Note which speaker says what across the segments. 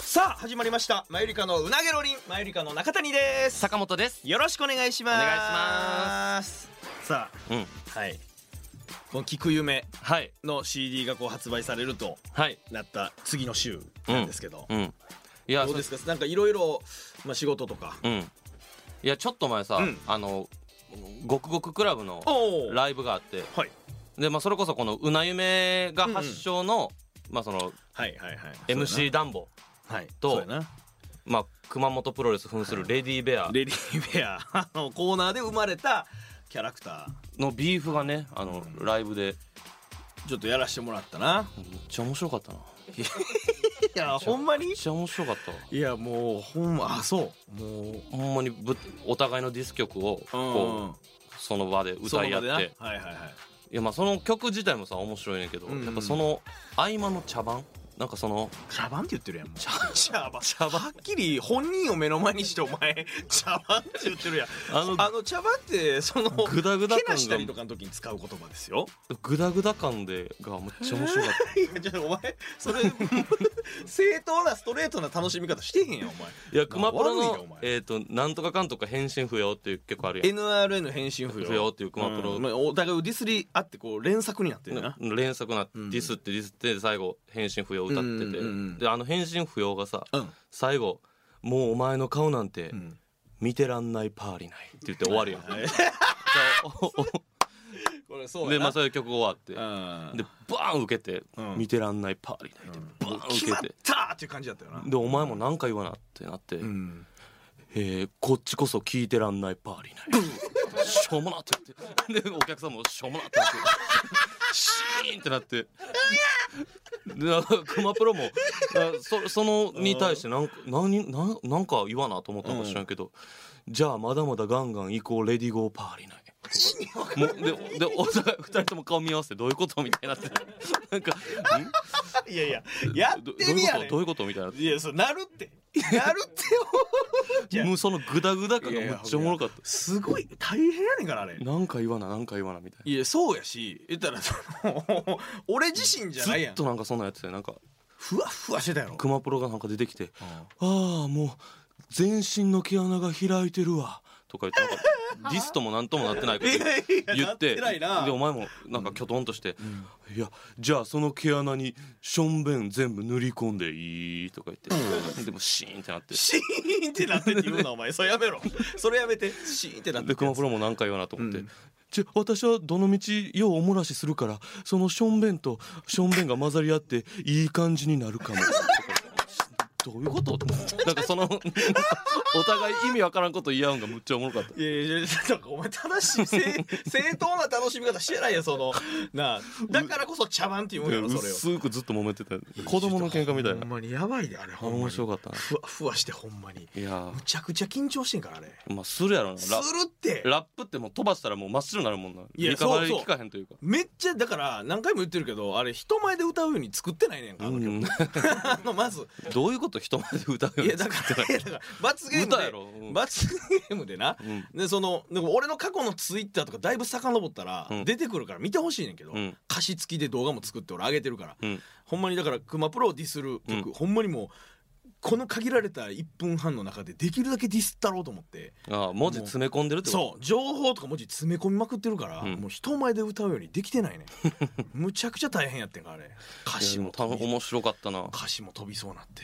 Speaker 1: さあ始まりましたマユリカのうなげろりんマユリカの中谷です
Speaker 2: 坂本です
Speaker 1: よろしくお願いします
Speaker 2: お願いします
Speaker 1: さあ
Speaker 2: うん
Speaker 1: はいこの聞く夢
Speaker 2: はい
Speaker 1: の CD がこう発売されると
Speaker 2: はい
Speaker 1: なった次の週なんですけど、
Speaker 2: うんいや
Speaker 1: どうですかなんかいろいろまあ仕事とか
Speaker 2: そううんいやちょっと前さ、
Speaker 1: うん
Speaker 2: あのごくごくクラブの
Speaker 1: おお
Speaker 2: ライブがあって
Speaker 1: はい
Speaker 2: でまあそれこそこのうなゆめが発祥の、まあその
Speaker 1: はいはいはい
Speaker 2: MC 暖房
Speaker 1: はい
Speaker 2: と
Speaker 1: そうやな
Speaker 2: まあ熊本プロレス扮するレディーベア
Speaker 1: レディー・ベアあのコーナーで生まれたキャラクタ
Speaker 2: のビーフがねあのライブで
Speaker 1: ーちょっとやらしてもらったな
Speaker 2: めっちゃ面白か ったない
Speaker 1: やほんまに
Speaker 2: めっちゃ面白かったわ
Speaker 1: いやもうほんまあそうもう
Speaker 2: ほんまにぶお互いのディス曲をこうその場で歌い合って
Speaker 1: その場で
Speaker 2: い
Speaker 1: なはいはいはい
Speaker 2: やまあその曲自体もさ面白いねんけど、
Speaker 1: うんうん
Speaker 2: やっぱその合間の茶番なんかその
Speaker 1: 茶番って言ってるやんもう茶番茶番はっきり本人を目の前にしてお 前茶番って言ってるやん
Speaker 2: あ
Speaker 1: あ
Speaker 2: の
Speaker 1: の茶番ってその
Speaker 2: グダグダ感が
Speaker 1: けなしたりとかの時に使う言葉ですよ
Speaker 2: グダグダ感でがめっちゃ面白かっ
Speaker 1: いやちょっとお前それ 正当なストレートな楽しみ方してへんやんお前
Speaker 2: たいや熊プロ
Speaker 1: 悪いよお
Speaker 2: の
Speaker 1: 前
Speaker 2: 「えー、となんとかかんとか返信不要」っていう曲あるや
Speaker 1: NRN 返信不要
Speaker 2: 不要っていう熊プロ
Speaker 1: んまあお互いをディスり合ってこう連作になってる
Speaker 2: ん
Speaker 1: な、
Speaker 2: 連作なデ
Speaker 1: うん
Speaker 2: ィスってディスって最後「返信不要」歌ってて、
Speaker 1: うんうんうん
Speaker 2: であの「返信不要」がさ
Speaker 1: うん
Speaker 2: 最後「もうお前の顔なんて
Speaker 1: うん
Speaker 2: 見てらんないパーリない」って言って終わるやん。
Speaker 1: はい これそうやな
Speaker 2: でまあそういう曲終わって
Speaker 1: うん
Speaker 2: でバーン受けて、
Speaker 1: うん
Speaker 2: 見てらんないパーリー泣いてバーン受
Speaker 1: 決まっ
Speaker 2: けて、
Speaker 1: たーっていう感じだったよな
Speaker 2: でお前も何か言わなってなって、
Speaker 1: うん
Speaker 2: えーこっちこそ聞いてらんないパーリー泣いてしょうもなって言ってでお客さんもしょうもなってなってシーンってなってでなんか熊プロもあそそのに対してなんか何なんなんか言わなと思ったのか知らんけど、じゃあまだまだガンガン行こうレディゴーパーリーないもうででお互い二人とも顔見合わせてどういうことみたいになってなんかん
Speaker 1: いや いやや
Speaker 2: ど
Speaker 1: ってみやれ
Speaker 2: どういう ことどういうことみたい
Speaker 1: いやそうなるってなるってよい
Speaker 2: な
Speaker 1: や
Speaker 2: もうそのグダグダ感が
Speaker 1: い
Speaker 2: め
Speaker 1: や
Speaker 2: っちゃおもろかっ
Speaker 1: すごい大変やねんからあれ
Speaker 2: たなんか言わななんか言わなみたいない
Speaker 1: やそうやし言ったらその 俺自身じゃ
Speaker 2: ず
Speaker 1: ないや
Speaker 2: っ
Speaker 1: ん
Speaker 2: となんかそんなやつでなんか
Speaker 1: ふわふわしてたやろ
Speaker 2: 熊プロがなんか出てきて「ああもう全身の毛穴が開いてるわ」とか言ってなん かディスともなんともなってないこと言って
Speaker 1: なってないな
Speaker 2: でお前もなんかきょとんとして「いやじゃあその毛穴にしょんべん全部塗り込んでいい」とか言ってでもシーンってなって
Speaker 1: シーンってなってって言うなお前それやめろそれやめてシーンってなって
Speaker 2: で
Speaker 1: って
Speaker 2: 熊プロも何回言わなと思って、
Speaker 1: うん
Speaker 2: じゃ私はどの道ようおもらしするからそのしょんべんとしょんべんが混ざり合っていい感じになるかも どういうこと なんかそのお互い意味わからんこと言い合うんがむっちゃおもろかった
Speaker 1: いやいやいやなんかお前正しい正正当な楽しみ方してないやんそのなあだからこそ茶碗って言うんやろそれを
Speaker 2: 薄くずっと揉めてた子供の喧嘩みたい
Speaker 1: ほ
Speaker 2: なん
Speaker 1: まにやばいであれほんまに
Speaker 2: 面白かったな
Speaker 1: ふわふわしてほんまに
Speaker 2: いや
Speaker 1: むちゃくちゃ緊張してんからあれ
Speaker 2: ーまあするやろな
Speaker 1: する
Speaker 2: ラ
Speaker 1: って
Speaker 2: ラップってもう飛ばしたらもう真っ白になるもんない
Speaker 1: や
Speaker 2: リカバリ
Speaker 1: そう
Speaker 2: ー
Speaker 1: そ
Speaker 2: 効
Speaker 1: う
Speaker 2: かへんというか
Speaker 1: めっちゃだから何回も言ってるけどあれ人前で歌うように作ってないねんかあの
Speaker 2: う
Speaker 1: 曲、
Speaker 2: ん
Speaker 1: あのまず
Speaker 2: どういうこと人前で歌うよ
Speaker 1: い
Speaker 2: り
Speaker 1: やだからいやだから罰ゲーム
Speaker 2: 歌や
Speaker 1: で
Speaker 2: ろうん
Speaker 1: 罰ゲームでな、
Speaker 2: うん
Speaker 1: でそのでも俺の過去のツイッターとかだいぶ遡ったら
Speaker 2: うん
Speaker 1: 出てくるから見てほしいねんけど、
Speaker 2: うん
Speaker 1: 歌詞付きで動画も作って俺上げてるから、
Speaker 2: うん
Speaker 1: ほんまにだからクマプロをディスる曲、
Speaker 2: うん
Speaker 1: ほんまにもうこの限られた1分半の中でできるだけディスったろうと思って
Speaker 2: ああ文字詰め込んでるってこと
Speaker 1: そう情報とか文字詰め込みまくってるから、
Speaker 2: うん
Speaker 1: もう人前で歌うようにできてないね むちゃくちゃ大変やってんからあれ歌
Speaker 2: いや
Speaker 1: 詞
Speaker 2: で
Speaker 1: も
Speaker 2: もた
Speaker 1: 飛び
Speaker 2: 面白かったな
Speaker 1: 歌詞も飛びそうなって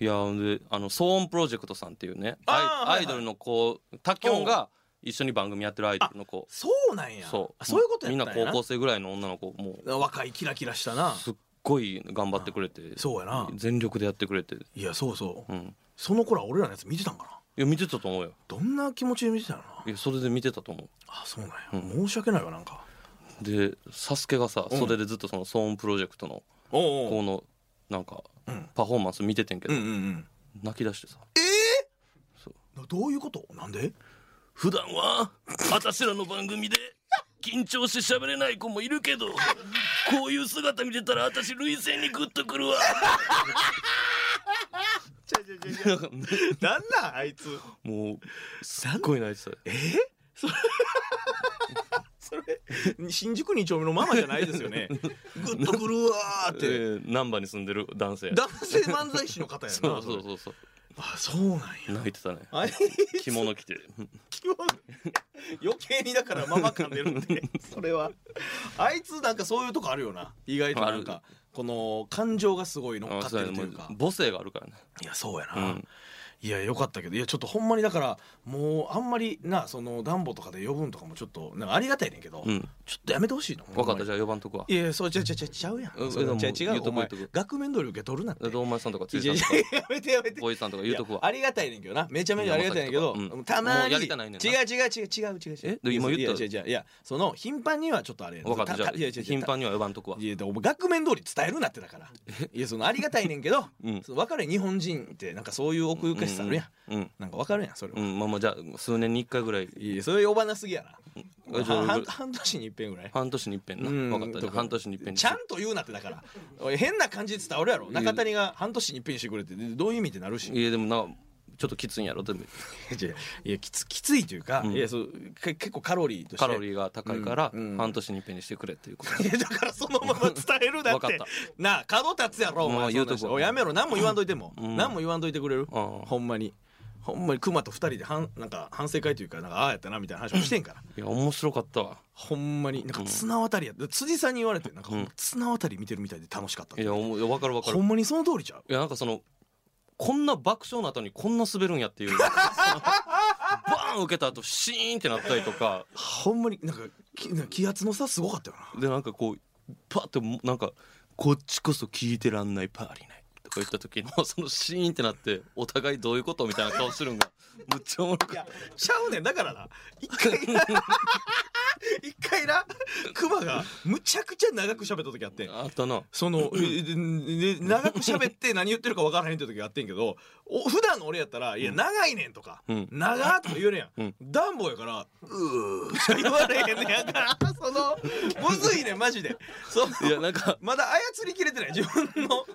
Speaker 2: いやほんであの騒音プロジェクトさんっていうね
Speaker 1: あー
Speaker 2: アイ
Speaker 1: はいはい
Speaker 2: アイドルの子タキョンが一緒に番組やってるアイドルの子
Speaker 1: そうなんや
Speaker 2: そう
Speaker 1: あそういうことやったんやな
Speaker 2: みんな高校生ぐらいの女の子もう
Speaker 1: 若いキラキラしたな
Speaker 2: すっごい頑張ってくれて
Speaker 1: そうやな
Speaker 2: 全力でやってくれて
Speaker 1: いやそうそう
Speaker 2: うん
Speaker 1: その頃は俺らのやつ見てたんかない
Speaker 2: や見てたと思うよ
Speaker 1: どんな気持ちで見てたのない
Speaker 2: やそれで見てたと思う
Speaker 1: あそうなんや、
Speaker 2: うん
Speaker 1: 申し訳ないわなんか
Speaker 2: でサスケがさ
Speaker 1: うん
Speaker 2: それでずっとその騒音プロジェクトの
Speaker 1: お
Speaker 2: このなんか
Speaker 1: うん
Speaker 2: パフォーマンス見ててんけ
Speaker 1: う
Speaker 2: ど
Speaker 1: んうんうん
Speaker 2: 泣き出してさ
Speaker 1: などういうことなんで
Speaker 2: 普段は私らの番組で緊張して喋れない子もいるけどこういう姿見てたら私涙腺にグッとくるわ
Speaker 1: なんなんあいつ
Speaker 2: もうすっごい泣いてたよ
Speaker 1: えそれそれ新宿二丁目のママじゃ ないですよねグッとくるわーっ
Speaker 2: え
Speaker 1: て
Speaker 2: ー難波に住んでる男性
Speaker 1: 男性漫才師の方やな
Speaker 2: そうそう
Speaker 1: う
Speaker 2: そうそう
Speaker 1: あそうなんや
Speaker 2: 泣いてたね
Speaker 1: あれ
Speaker 2: 着物着て
Speaker 1: 気持ち余計にだからママ感出るんで それはあいつなんかそういうとこあるよな意外となんかこの感情がすごい乗っかってるというか
Speaker 2: もう母性があるからね
Speaker 1: いやそうやな、
Speaker 2: うん
Speaker 1: いやよかったけどいやちょっとほんまにだからもうあんまりなその暖房とかで呼ぶんとかもちょっとなんかありがたいねんけど、
Speaker 2: うん
Speaker 1: ちょっとやめてほしいの
Speaker 2: 分かったじ
Speaker 1: ゃ
Speaker 2: ゃあ4番とこはい
Speaker 1: やいやそうちゃうちゃうちゃうちゃうや
Speaker 2: うん
Speaker 1: んそれ
Speaker 2: でも
Speaker 1: ちゃう違
Speaker 2: 言
Speaker 1: う
Speaker 2: うと
Speaker 1: お
Speaker 2: こ
Speaker 1: 前
Speaker 2: 言うとこ
Speaker 1: 額面通り受け取るなって
Speaker 2: で堂前さんとか
Speaker 1: い
Speaker 2: 辻
Speaker 1: やいや
Speaker 2: さん
Speaker 1: い
Speaker 2: とか
Speaker 1: ややめてやめて
Speaker 2: ボイさんとか言うとこ
Speaker 1: いや
Speaker 2: は
Speaker 1: ありがたいねんけどなめちゃめちゃありがたいねんけど、
Speaker 2: うん
Speaker 1: たま
Speaker 2: もう
Speaker 1: に
Speaker 2: やりたないねんな
Speaker 1: 違う違う違う違う違う違う
Speaker 2: えで今言った
Speaker 1: いやいやいやいやその頻繁にはちょっとあれやねん
Speaker 2: 分かったじゃあ
Speaker 1: いやいやいや
Speaker 2: 頻繁には4番とこはい
Speaker 1: やでも額面通り伝えるなってだからいやそのありがたいねんけど、
Speaker 2: うん
Speaker 1: その分かるやん日本人ってなんかそういう奥ゆかしさあるやん、
Speaker 2: うん
Speaker 1: なんか分かるやんそれは、
Speaker 2: うんまあまあじゃあ数年に1回ぐらい
Speaker 1: いやそれ呼ばなすぎやな、
Speaker 2: あじゃあ
Speaker 1: 半半年に一遍ぐらい
Speaker 2: 半年に一遍な分かったじゃあ半年に一遍に
Speaker 1: ちゃんと言うなってだから おい変な感じで伝わるやろ中谷が半年に一遍にしてくれってでどういう意味ってなるし
Speaker 2: いやでもなちょっときついんやろでも
Speaker 1: いやいやきつきついというか、
Speaker 2: うん
Speaker 1: いやそうけ結構カロリーとして
Speaker 2: カロリーが高いから
Speaker 1: うんうん
Speaker 2: 半年に一遍にしてくれっていうこと
Speaker 1: いやだからそのまま伝えるだっ
Speaker 2: わかってた
Speaker 1: なあ角立つやろお
Speaker 2: も
Speaker 1: 前
Speaker 2: う言うとこ
Speaker 1: そんな人おいやめろ何も言わんといても、
Speaker 2: うん
Speaker 1: 何も言わんといてくれる、
Speaker 2: うん
Speaker 1: ほんまにほんまに熊と二人ではんなんか反省会というかなんかああやったなみたいな話もしてんから、
Speaker 2: いや面白かったわ
Speaker 1: ほんまになんか綱渡りやった辻さんに言われてなんか、
Speaker 2: うん
Speaker 1: 綱渡り見てるみたいで楽しかったって
Speaker 2: いやおもいや分かる分かる
Speaker 1: ほんまにその通りちゃう
Speaker 2: いやなんかそのこんな爆笑の後にこんな滑るんやっていう バーン受けた後シーンってなったりとか
Speaker 1: ほんまになんかきなんか気圧の差すごかったよな
Speaker 2: でなんかこうパッてもなんか「こっちこそ聞いてらんないパーリーない」とか言った時の そのシーンってなってお互いどういうことみたいな顔するんがむっちゃおもろ
Speaker 1: い
Speaker 2: かっ
Speaker 1: やちゃうねんだからな一回な一回なクマがむちゃくちゃ長く喋った時あってん
Speaker 2: たあったな
Speaker 1: そのえでで長く喋って何言ってるか分からへんって時があってんけどお普段の俺やったら「いや長いねん」とか
Speaker 2: う
Speaker 1: 「
Speaker 2: ん
Speaker 1: 長っ」とか言うねや
Speaker 2: うんん
Speaker 1: 「暖房やから「うー」しか言われへんねやんかそのむずいねんマジでその
Speaker 2: いやなんか
Speaker 1: まだ操りきれてない自分の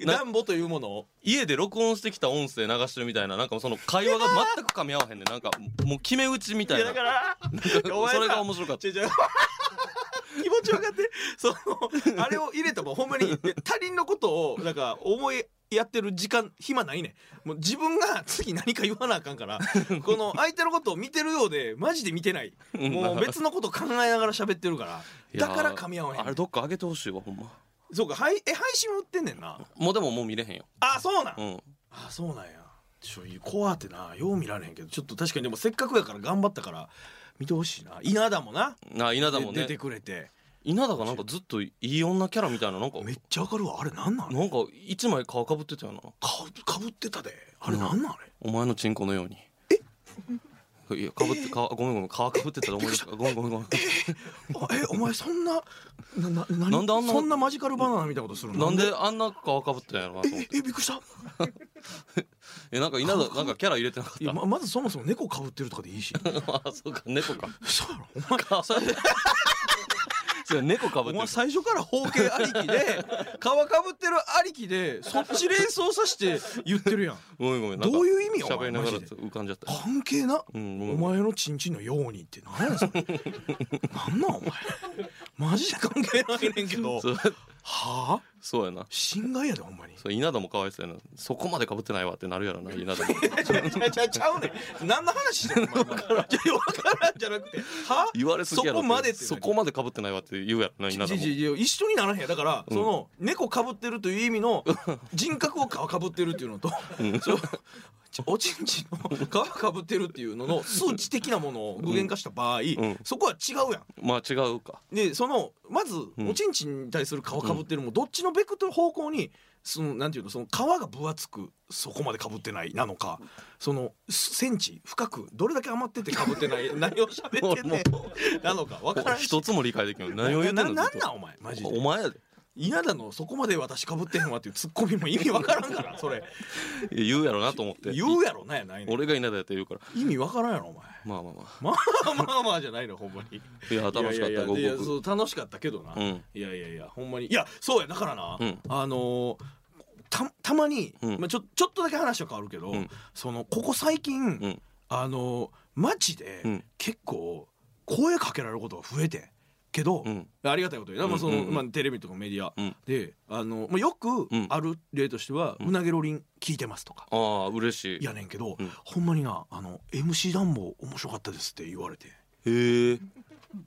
Speaker 2: な
Speaker 1: 暖房というものを
Speaker 2: 家で録音してきた音声流してるみたいななんかその会話が全く噛み合わへんねなんかもう決め打ちみたいな
Speaker 1: ら
Speaker 2: それが面白かった
Speaker 1: 違う違う 気持ち分かってそのあれを入れたもほんまにえ他人のことをなんか思いやってる時間暇ないねんもう自分が次何か言わなあかんから この相手のことを見てるようでマジで見てない
Speaker 2: ん
Speaker 1: もう別のこと考えながら喋ってるから
Speaker 2: いや
Speaker 1: だから噛み合わへん
Speaker 2: あれどっか上げてほしいわほんま
Speaker 1: そうかはいえ配信も売ってんねんな
Speaker 2: もうでももう見れへんよ
Speaker 1: あそうなん、
Speaker 2: うん
Speaker 1: あそうなんやちょい怖ってなよう見られへんけどちょっと確かにでもせっかくやから頑張ったから見てほしいな稲田もな
Speaker 2: な稲田も
Speaker 1: で
Speaker 2: ね
Speaker 1: 出てくれて
Speaker 2: 稲田がなんかずっといい女キャラみたいななんか
Speaker 1: めっちゃわかるわあれなんなん
Speaker 2: なんか一枚皮かぶってたよな
Speaker 1: かぶかぶってたであれなんなんあれ、
Speaker 2: お前のチンコのようにえいやかぶってかごめんごめん皮かぶってたら思い出したごめんごめんごめん
Speaker 1: あえお前そんなななな
Speaker 2: なんであんな
Speaker 1: そんなマジカルバナナみたいなことするの
Speaker 2: なんであんな皮かぶってたんやろなと思っ
Speaker 1: え
Speaker 2: て
Speaker 1: えびっくりした
Speaker 2: えなんか稲田なんかキャラ入れてなかっ
Speaker 1: いやままずそもそも猫かぶってるとかでいいした
Speaker 2: あそうか猫か
Speaker 1: そうやろお前
Speaker 2: か それそれ猫かぶ
Speaker 1: お
Speaker 2: って
Speaker 1: 前
Speaker 2: る
Speaker 1: 最初から包茎ありきで 皮かぶってるありきでそっち連想さして言っ てるやん
Speaker 2: ごめんごめん
Speaker 1: どういう意味や
Speaker 2: 喋
Speaker 1: お前
Speaker 2: りながら
Speaker 1: マジで
Speaker 2: 浮かんじゃった
Speaker 1: 関係な、
Speaker 2: うん
Speaker 1: お前のチンチンのようにって 何やねんそれなんなんお前マジで関係ないねんけど
Speaker 2: そう
Speaker 1: はあ
Speaker 2: そうやな
Speaker 1: 侵害やでほんまに
Speaker 2: そう稲田もかわいそうやなそこまでかぶってないわってなるやろな稲田も
Speaker 1: ちゃちゃちゃちゃうねん何の話してんのお前分からんじゃなくては
Speaker 2: 言われすぎやろ
Speaker 1: そこまでって
Speaker 2: そこまでかぶってないわって言うやろな稲田
Speaker 1: じ
Speaker 2: も
Speaker 1: じじ一緒にならへんだから、
Speaker 2: うん
Speaker 1: その猫かぶってるという意味の人格を皮かぶってるっていうのと、そうちおちんちんの皮かぶってるっていうのの数値的なものを具現化した場合、
Speaker 2: ん
Speaker 1: そこは違うやん
Speaker 2: まあ違うか
Speaker 1: でそのまず
Speaker 2: ん
Speaker 1: おちんちんに対する皮かぶってるもどっちのベクトル方向にそのなんていうのその皮が分厚くそこまでかぶってないなのかそのセンチ深くどれだけ余っててかぶっ てない何を喋ってんねんなのか分からんし
Speaker 2: 一つも理解できない何を言ってんの
Speaker 1: なな
Speaker 2: ず
Speaker 1: ん
Speaker 2: っ
Speaker 1: な
Speaker 2: と
Speaker 1: んお前マジで
Speaker 2: お前やで
Speaker 1: 嫌だのそこまで私かぶってへんわっていうツッコミも意味わからんからそれ
Speaker 2: いや言うやろなと思って
Speaker 1: 言うやろなやないねん
Speaker 2: 俺が稲田やって言うから
Speaker 1: 意味わからんやろお前
Speaker 2: まあまあま
Speaker 1: まあまあまあじゃないのほんまに
Speaker 2: あいや楽しかっ
Speaker 1: い
Speaker 2: た
Speaker 1: やいや
Speaker 2: ご
Speaker 1: いや
Speaker 2: くご
Speaker 1: そ
Speaker 2: く
Speaker 1: う楽しかったけどな、
Speaker 2: うん
Speaker 1: いやいやいやほんまにいやそうやだからな、
Speaker 2: うん
Speaker 1: あのーたたまに、
Speaker 2: うん
Speaker 1: まあ、ちょちょっとだけ話は変わるけど、
Speaker 2: うん
Speaker 1: そのここ最近、
Speaker 2: ん
Speaker 1: あのー街で
Speaker 2: うん
Speaker 1: 結構声かけられることが増えてんけど、
Speaker 2: うん
Speaker 1: ありがたいことに、まあその
Speaker 2: うんうんうん
Speaker 1: まあ、テレビとかメディア、
Speaker 2: うん
Speaker 1: であの、まあ、よく
Speaker 2: うん
Speaker 1: ある例としては「うなげろりん聞いてます」とか、
Speaker 2: ああ嬉しい
Speaker 1: やねんけど、
Speaker 2: うん
Speaker 1: ほんまになあの「MC 暖房面白かったです」って言われて
Speaker 2: へえ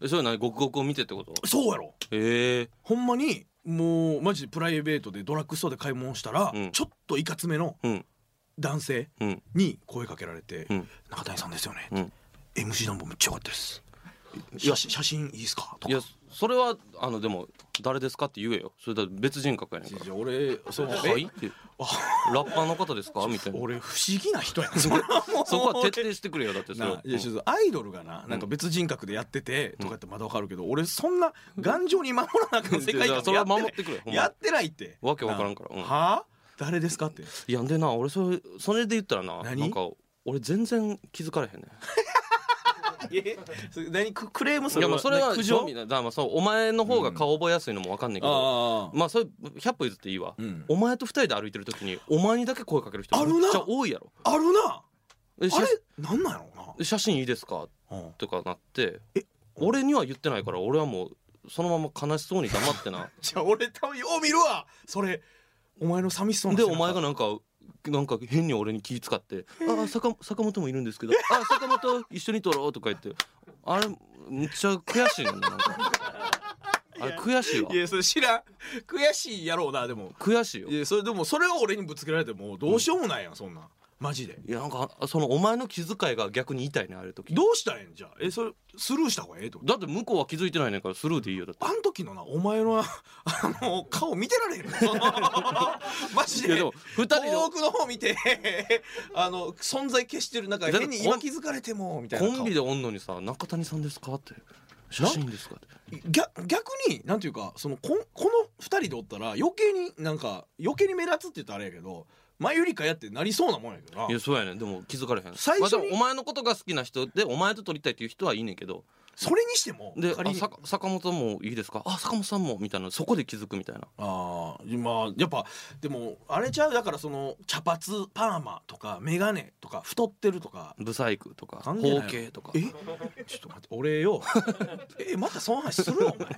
Speaker 2: えそれ何ごくごくを見てってこと
Speaker 1: そうやろ
Speaker 2: へえ
Speaker 1: ほんまにもうマジでプライベートでドラッグストアで買い物したら、
Speaker 2: うん
Speaker 1: ちょっといかつめの
Speaker 2: うん
Speaker 1: 男性
Speaker 2: うん
Speaker 1: に声かけられて「
Speaker 2: うん
Speaker 1: 中谷さんですよね」
Speaker 2: うん
Speaker 1: って MC 暖房めっちゃ良かったです」
Speaker 2: いや
Speaker 1: 写真写真いいですか?」と
Speaker 2: いや
Speaker 1: か。
Speaker 2: それはあのでも誰ですかって言えよそれだって別人格やねん
Speaker 1: じ
Speaker 2: か
Speaker 1: ゃあ俺その
Speaker 2: ら
Speaker 1: え
Speaker 2: はいってラッパーの方ですかみたいな
Speaker 1: 俺不思議な人やなそれは もう
Speaker 2: そこは徹底してくれよだってそれ
Speaker 1: な
Speaker 2: は
Speaker 1: いうや
Speaker 2: ん
Speaker 1: ちょっとアイドルがななんか別人格でやっててとかってまだわかるけど、俺そんな頑丈に守らなくの世界観
Speaker 2: いやそ
Speaker 1: で
Speaker 2: れ
Speaker 1: や
Speaker 2: は
Speaker 1: ってない
Speaker 2: 守ってくれほんま
Speaker 1: やってないって
Speaker 2: わけわからんから
Speaker 1: な
Speaker 2: うん
Speaker 1: はあ誰ですかって
Speaker 2: いやでな俺それそれで言ったらな
Speaker 1: 何
Speaker 2: なんか俺全然気づかれへんね
Speaker 1: えそれ何ククレーム
Speaker 2: ん
Speaker 1: そ
Speaker 2: い
Speaker 1: れ
Speaker 2: や
Speaker 1: は
Speaker 2: まあそれは
Speaker 1: 苦
Speaker 2: 興
Speaker 1: 情
Speaker 2: 味ないだからまあそうお前の方が顔覚えやすいのもわかんないけど、
Speaker 1: ああ
Speaker 2: まあそれ100歩譲っていいわ、
Speaker 1: うん
Speaker 2: お前と二人で歩いてる時にお前にだけ声かける人
Speaker 1: あるな
Speaker 2: めっちゃ多いやろ
Speaker 1: あるな
Speaker 2: え
Speaker 1: あ
Speaker 2: 写
Speaker 1: れなんなんやろ
Speaker 2: 写真いいですか
Speaker 1: うな、うん
Speaker 2: とかなって
Speaker 1: え
Speaker 2: 俺には言ってないから俺はもうそのまま悲しそうに黙って な
Speaker 1: じゃあ俺多分よう見るわそれお前の寂しそうな
Speaker 2: で
Speaker 1: 背中
Speaker 2: お前がなんかなんか変に俺に気使って「あ坂坂本もいるんですけどあ坂本一緒に撮ろう」とか言ってあれめっちゃ悔しいねんななんかあれ悔しいわ
Speaker 1: いやそれ知らん悔しいやろうなでも
Speaker 2: 悔しいよ
Speaker 1: いやそれでもそれを俺にぶつけられてもどうしようもないやん、そんなんマジで
Speaker 2: いやなんかそのお前の気遣いが逆に痛いねあれ時
Speaker 1: どうしたらええんじゃあえそれスルーした方がええってこと
Speaker 2: だって向こうは気づいてないねんからスルーでいいよだって
Speaker 1: あん時のなお前のあの顔見てられへんの マジ
Speaker 2: いや
Speaker 1: で
Speaker 2: でも二人で
Speaker 1: 遠くの方見て あの存在消してるなんか変に今気づかれてもみたいな顔
Speaker 2: コンビでおんのにさ「中谷さんですか?」って「写真ですか?」って
Speaker 1: 逆逆になんていうかそのこんこの二人でおったら余計になんか余計に目立つって言ったらあれやけど前よりかやってなりそうなもんやけどない
Speaker 2: やそうやねんでも気づかれへん
Speaker 1: 最初に
Speaker 2: まあでもお前のことが好きな人でお前と撮りたいっていう人はいいねんけど
Speaker 1: それにしても
Speaker 2: で
Speaker 1: 仮
Speaker 2: あ
Speaker 1: に
Speaker 2: さ坂本もいいですかあ坂本さんもみたいなそこで気づくみたいな
Speaker 1: あーまあやっぱでもあれちゃうだからその茶髪パーマとか眼鏡とか太ってるとか
Speaker 2: ブサイクとか包
Speaker 1: 関係ない
Speaker 2: 茎とか
Speaker 1: えちょっと待って俺よ えまたその話するお前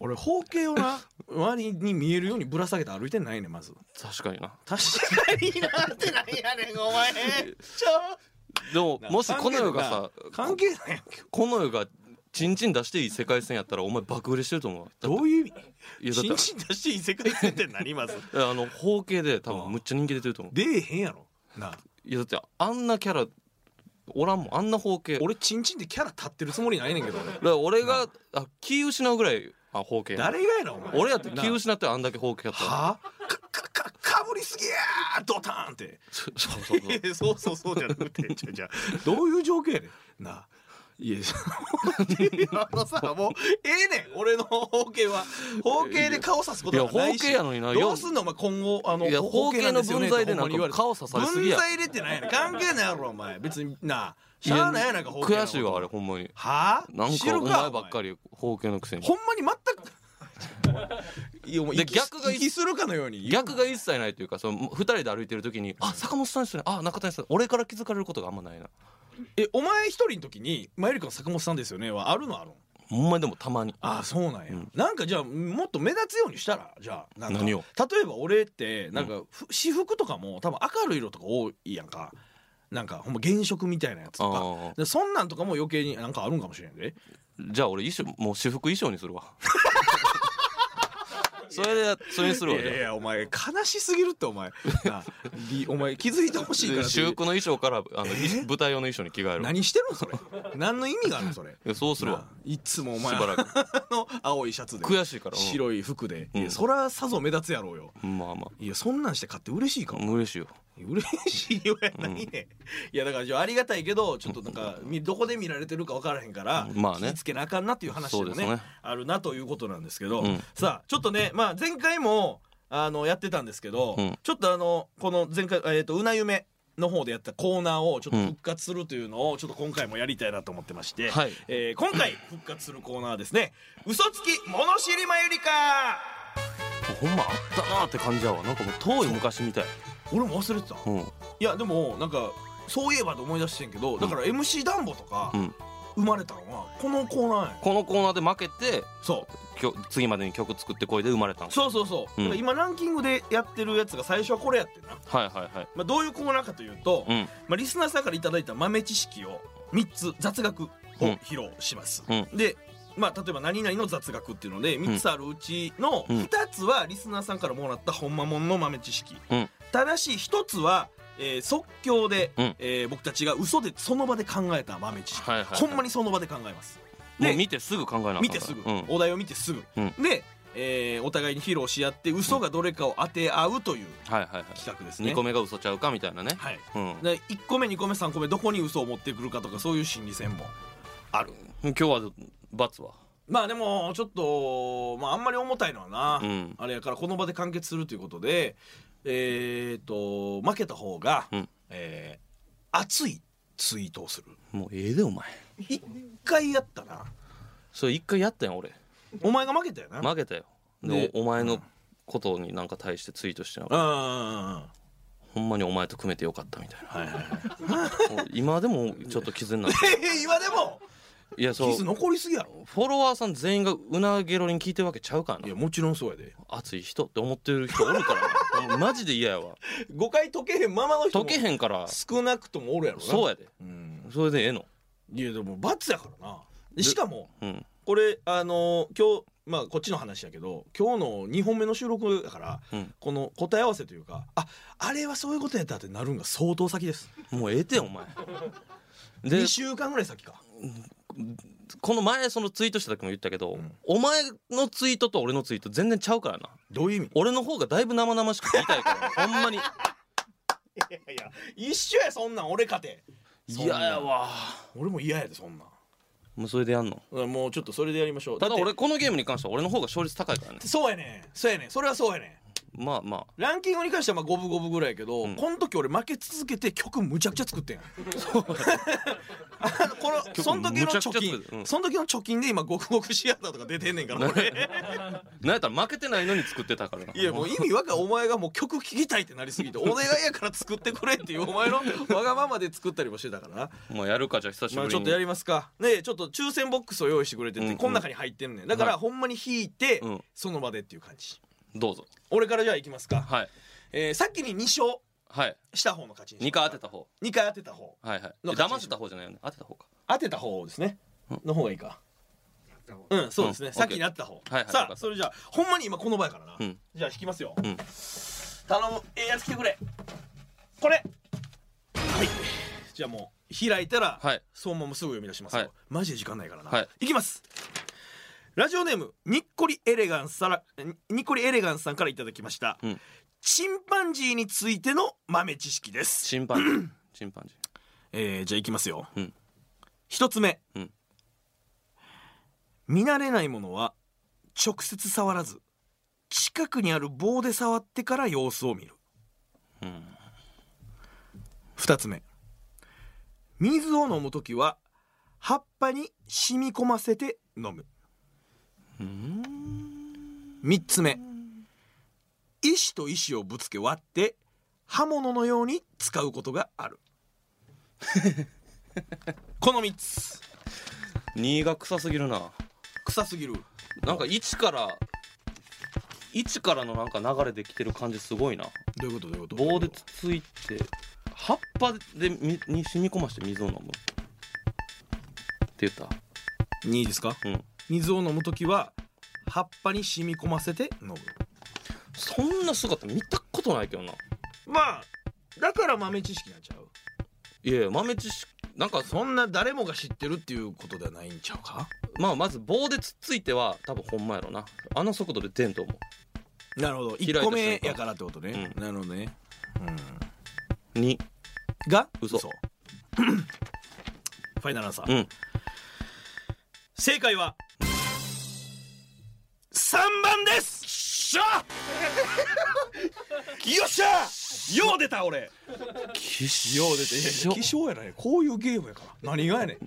Speaker 1: 俺包茎を な周りに見えるようにぶら下げて歩いてないねんまず
Speaker 2: 確かにな
Speaker 1: 確かになってないやねんお前ち
Speaker 2: でも もしこの世がさ
Speaker 1: 関係ないやん
Speaker 2: この世がチンチン出していい世界線やったらお前爆売れしてると思うわだって
Speaker 1: どういう意
Speaker 2: いや
Speaker 1: 味
Speaker 2: だって
Speaker 1: 新人出していい世界線ってなります
Speaker 2: えあの包茎で多分むっちゃ人気出てると思う
Speaker 1: 出えへんやろなあ
Speaker 2: いやだってあんなキャラおらんもんあんな包茎だか
Speaker 1: 俺チンチンでキャラ立ってるつもりないねんけど俺
Speaker 2: ら俺があ気失うぐらいあ包茎
Speaker 1: 誰がやろお前
Speaker 2: 俺やって気
Speaker 1: なあ
Speaker 2: 失ってあんだけ包茎やったら
Speaker 1: はあかかかかぶりすぎやードターンって
Speaker 2: そうそうそう
Speaker 1: いや そうそうそうじゃなくてじゃあじゃあどういう条件やねんなあいやそあ のさもうええねん俺の包茎は包茎で顔さすことがないし
Speaker 2: いや包茎やのにな
Speaker 1: どうすんのお前今後あの
Speaker 2: いや包茎の分際でなんか顔さされすぎや
Speaker 1: 分際入れてないやねん関係ないやろお前別になあしゃあないやなんか包茎のこ
Speaker 2: 悔
Speaker 1: と
Speaker 2: しいわあれほんまに
Speaker 1: はあ
Speaker 2: なん
Speaker 1: 知る
Speaker 2: か
Speaker 1: か
Speaker 2: お前ばっかり包茎のくせに
Speaker 1: ほんまに全く いやお前
Speaker 2: で
Speaker 1: 息
Speaker 2: 逆が
Speaker 1: 息するかのように言う
Speaker 2: 逆が一切ないというかその2人で歩いてる時に「あ坂本さんですねあ中谷さん俺から気づかれることがあんまないな
Speaker 1: えお前一人の時に「マユリカの坂本さんですよね」はあるのあるの」
Speaker 2: ほんまにでもたまに
Speaker 1: ああそうなんや、
Speaker 2: うん
Speaker 1: なんかじゃあもっと目立つようにしたらじゃあなんか
Speaker 2: 何を
Speaker 1: 例えば俺ってなんか、ふ私服とかも多分明るい色とか多いやんかなんかほんま原色みたいなやつとか
Speaker 2: ああ
Speaker 1: でそんなんとかも余計になんかあるんかもしれんで
Speaker 2: じゃあ俺衣装もう私服衣装にする わそれでそれにす
Speaker 1: い
Speaker 2: るわじゃ
Speaker 1: やいやお前悲しすぎるって お前なありお前気づいてほしいから
Speaker 2: あ
Speaker 1: って
Speaker 2: 私服の衣装からあの、舞台用の衣装に着替えるわい
Speaker 1: 何してるのそれ何の意味があるのそれ
Speaker 2: やそうする
Speaker 1: な
Speaker 2: わ
Speaker 1: あいつもお
Speaker 2: し
Speaker 1: 前
Speaker 2: ばらく
Speaker 1: あの青いシャツで
Speaker 2: 悔しいから、うん
Speaker 1: 白い服で、
Speaker 2: うん
Speaker 1: いやそらさぞ目立つやろうよ
Speaker 2: まあま
Speaker 1: いやそんなんして買って嬉しいか
Speaker 2: あ嬉しいよ
Speaker 1: 嬉しいよやないね、いやだからじゃあありがたいけどちょっとなんかみどこで見られてるか分からへんから、
Speaker 2: まあね
Speaker 1: 気ぃつけなあかんなっていう話でも
Speaker 2: そうで
Speaker 1: ね
Speaker 2: すね
Speaker 1: あるなということなんですけど、
Speaker 2: うん
Speaker 1: さあちょっとね、まあ、前回もあのやってたんですけど、
Speaker 2: うん
Speaker 1: ちょっとあのこの前回、えー、とうなゆめの方でやったコーナーをちょっと復活するというのをちょっと今回もやりたいなと思ってまして、
Speaker 2: はい
Speaker 1: えー今回復活するコーナーはですね「嘘つき物知りまゆりか
Speaker 2: ほんまあったなーって感じやわなんかもう遠い昔みたい」
Speaker 1: 俺も忘れてた、
Speaker 2: うん
Speaker 1: いやでもなんかそういえばと思い出してんけどだから MC ダンボとか
Speaker 2: うん
Speaker 1: 生まれたのはこのコーナーやん
Speaker 2: このコーナーで負けて
Speaker 1: そう
Speaker 2: きょ次までに曲作ってこいで生まれたんです
Speaker 1: そうそうそ
Speaker 2: う
Speaker 1: う、
Speaker 2: ん
Speaker 1: だから今ランキングでやってるやつが最初はこれやってんな、
Speaker 2: はいはいはい
Speaker 1: まあ、どういうコーナーかというと、
Speaker 2: うん
Speaker 1: まあ、リスナーさんからいただいた豆知識を3つ雑学を披露します、
Speaker 2: うん
Speaker 1: でまあ、例えば何々の雑学っていうので3つあるうちの
Speaker 2: うん
Speaker 1: 2つはリスナーさんからもらったほんまもんの豆知識、
Speaker 2: うん
Speaker 1: ただし1つは、えー即興で、
Speaker 2: うん
Speaker 1: えー僕たちが嘘でその場で考えた豆知識
Speaker 2: はいはいはい
Speaker 1: ほんまにその場で考えます。
Speaker 2: もう
Speaker 1: で、
Speaker 2: 見てすぐ考えなあかん
Speaker 1: 見てすぐ、
Speaker 2: うん
Speaker 1: お題を見てすぐ。
Speaker 2: うん
Speaker 1: で、えーお互いに披露し合って、嘘がどれかを当て合うという
Speaker 2: はいはいはい
Speaker 1: 企画ですね。
Speaker 2: 2個目が嘘ちゃうかみたいなね
Speaker 1: はい。
Speaker 2: うん
Speaker 1: で、1個目、2個目、3個目、どこに嘘を持ってくるかとか、そういう心理戦もある。
Speaker 2: 今日は罰は
Speaker 1: まあでも、ちょっと、まああんまり重たいのはな、
Speaker 2: うん
Speaker 1: あれやから、この場で完結するということで、えっ、と、負けた方が、
Speaker 2: うん
Speaker 1: えー熱いツイートをする。
Speaker 2: もうええでお前
Speaker 1: 一回やったな。
Speaker 2: それ一回やったやん俺
Speaker 1: お前が負けたよな。
Speaker 2: 負けたよ
Speaker 1: で
Speaker 2: でおお前のことになんか対してツイートしてな
Speaker 1: うんうんうんうん。
Speaker 2: ほんまにお前と組めてよかったみたいな
Speaker 1: はいはいはい。
Speaker 2: もう今でもちょっと傷になって
Speaker 1: 今でも
Speaker 2: いや
Speaker 1: キ
Speaker 2: そう
Speaker 1: ス残りすぎやろ
Speaker 2: フォロワーさん全員がうなげろに聞いてるわけちゃうからな
Speaker 1: もちろんそうやで
Speaker 2: 熱い人って思ってる人おるからな もうマジで嫌やわ
Speaker 1: 誤解解けへんままの人
Speaker 2: 解
Speaker 1: も
Speaker 2: けへんから
Speaker 1: 少なくともおるやろな
Speaker 2: そう
Speaker 1: や、
Speaker 2: やで
Speaker 1: うん、
Speaker 2: それでええの
Speaker 1: いやでも罰やからなでしかも
Speaker 2: うん
Speaker 1: これあのー今日まあこっちの話やけど今日の2本目の収録だから、
Speaker 2: うん
Speaker 1: この答え合わせというかああれはそういうことやったってなるんが相当先です
Speaker 2: もうええてお前で
Speaker 1: 2週間ぐらい先か
Speaker 2: この前そのツイートした時も言ったけど、
Speaker 1: ん
Speaker 2: お前のツイートと俺のツイート全然ちゃうからな
Speaker 1: どういう意味
Speaker 2: 俺の方がだいぶ生々しくて痛いからほんまに
Speaker 1: いやいや一緒やそんなん俺かて そんな
Speaker 2: 嫌やわ
Speaker 1: 俺も嫌やでそんなん
Speaker 2: もうそれでやんの
Speaker 1: うんもうちょっとそれでやりましょう
Speaker 2: ただ
Speaker 1: って
Speaker 2: 俺このゲームに関しては俺の方が勝率高いからね
Speaker 1: そうやねんそうやねんそれはそうやねん
Speaker 2: まあま
Speaker 1: ランキングに関してはまあ五分五分ぐらいやけど、
Speaker 2: ん
Speaker 1: この時俺負け続けて曲むちゃくちゃ作ってんやんあのこのその時の
Speaker 2: むちゃくちゃ
Speaker 1: 貯
Speaker 2: 作る
Speaker 1: 金、
Speaker 2: うん
Speaker 1: その時の貯金で今ゴクゴクシアターとか出てんね んから俺
Speaker 2: あなんやったら負けてないのに作ってたからない
Speaker 1: いやもう意味わかんお前がもう曲聴きたいってなりすぎてお願いやから作ってくれっていうお前のわがままで作ったりもしてたからな
Speaker 2: まあやるかじゃあ久しぶ
Speaker 1: ま
Speaker 2: りに、
Speaker 1: あちょっとやりますかねえちょっと抽選ボックスを用意してくれてて、
Speaker 2: うんうん
Speaker 1: この中に入ってんねんだから
Speaker 2: はい
Speaker 1: ほんまに弾いて、
Speaker 2: うん
Speaker 1: その場でっていう感じ
Speaker 2: どうぞ
Speaker 1: 俺からじゃあいきますか、
Speaker 2: はい
Speaker 1: えー、さっきに2勝
Speaker 2: はい
Speaker 1: した方の勝ちにし
Speaker 2: 2回
Speaker 1: ます
Speaker 2: 当てた方
Speaker 1: 2回当てた方
Speaker 2: はいはい
Speaker 1: の
Speaker 2: え
Speaker 1: 勝ち
Speaker 2: 騙してた方じゃないよね当てた方か
Speaker 1: 当てた方ですね
Speaker 2: うん
Speaker 1: の方がいいかうんそうです
Speaker 2: う
Speaker 1: ね
Speaker 2: ん
Speaker 1: さっきにあった方
Speaker 2: はいはいよ
Speaker 1: さ
Speaker 2: か
Speaker 1: あ
Speaker 2: った
Speaker 1: それじゃあほんまに今この場やからな
Speaker 2: うん
Speaker 1: じゃあ引きますよ
Speaker 2: うん
Speaker 1: 頼むええやつ来てくれこれはいじゃあもう開いたら
Speaker 2: はい
Speaker 1: そのまますぐ読み出します
Speaker 2: は
Speaker 1: よ
Speaker 2: い
Speaker 1: マジで時間ないから
Speaker 2: は
Speaker 1: ないいきますラジオネームにっこりエレガンさらににっこりエレガンさんからいただきました
Speaker 2: うん
Speaker 1: チンパンジーについての豆知識です
Speaker 2: チンパンジーチンパンジ
Speaker 1: えー、じゃあいきますよ、
Speaker 2: うん
Speaker 1: 一つ目、
Speaker 2: うん
Speaker 1: 見慣れないものは直接触らず近くにある棒で触ってから様子を見る、
Speaker 2: うん
Speaker 1: 二つ目水を飲む時は葉っぱに染み込ませて飲む
Speaker 2: ーうん
Speaker 1: 三つ目石と石をぶつけ割って刃物のように使うことがあるこの三つ
Speaker 2: 2が臭すぎるな
Speaker 1: 臭すぎる
Speaker 2: なんか一から一からのなんか流れできてる感じすごいな
Speaker 1: どういうことどういうこと
Speaker 2: 棒でつついて葉っぱでみに染み込まして水を飲むって言った
Speaker 1: にいいですか
Speaker 2: うん
Speaker 1: 水を飲む時は葉っぱに染み込ませて飲む
Speaker 2: そんな姿見たことないけどな
Speaker 1: まあだから豆知識なんちゃう
Speaker 2: いやいや豆知識なんかそ
Speaker 1: そんな誰もが知ってるっていうことではないんちゃうか
Speaker 2: まあまず棒でつっついては多分ほんまやろなあの速度で出んと思
Speaker 1: なるほど
Speaker 2: 開いた
Speaker 1: 1個目
Speaker 2: 瞬間
Speaker 1: やからってことね、
Speaker 2: うん
Speaker 1: なるほどね、
Speaker 2: う
Speaker 1: う
Speaker 2: に
Speaker 1: ん、が
Speaker 2: 嘘
Speaker 1: ファイナルアンサー、
Speaker 2: うん
Speaker 1: 正解は3番ですしゃよっしゃよう出た俺
Speaker 2: きし
Speaker 1: よう出ていや気象やないこういうゲームやから何がやねん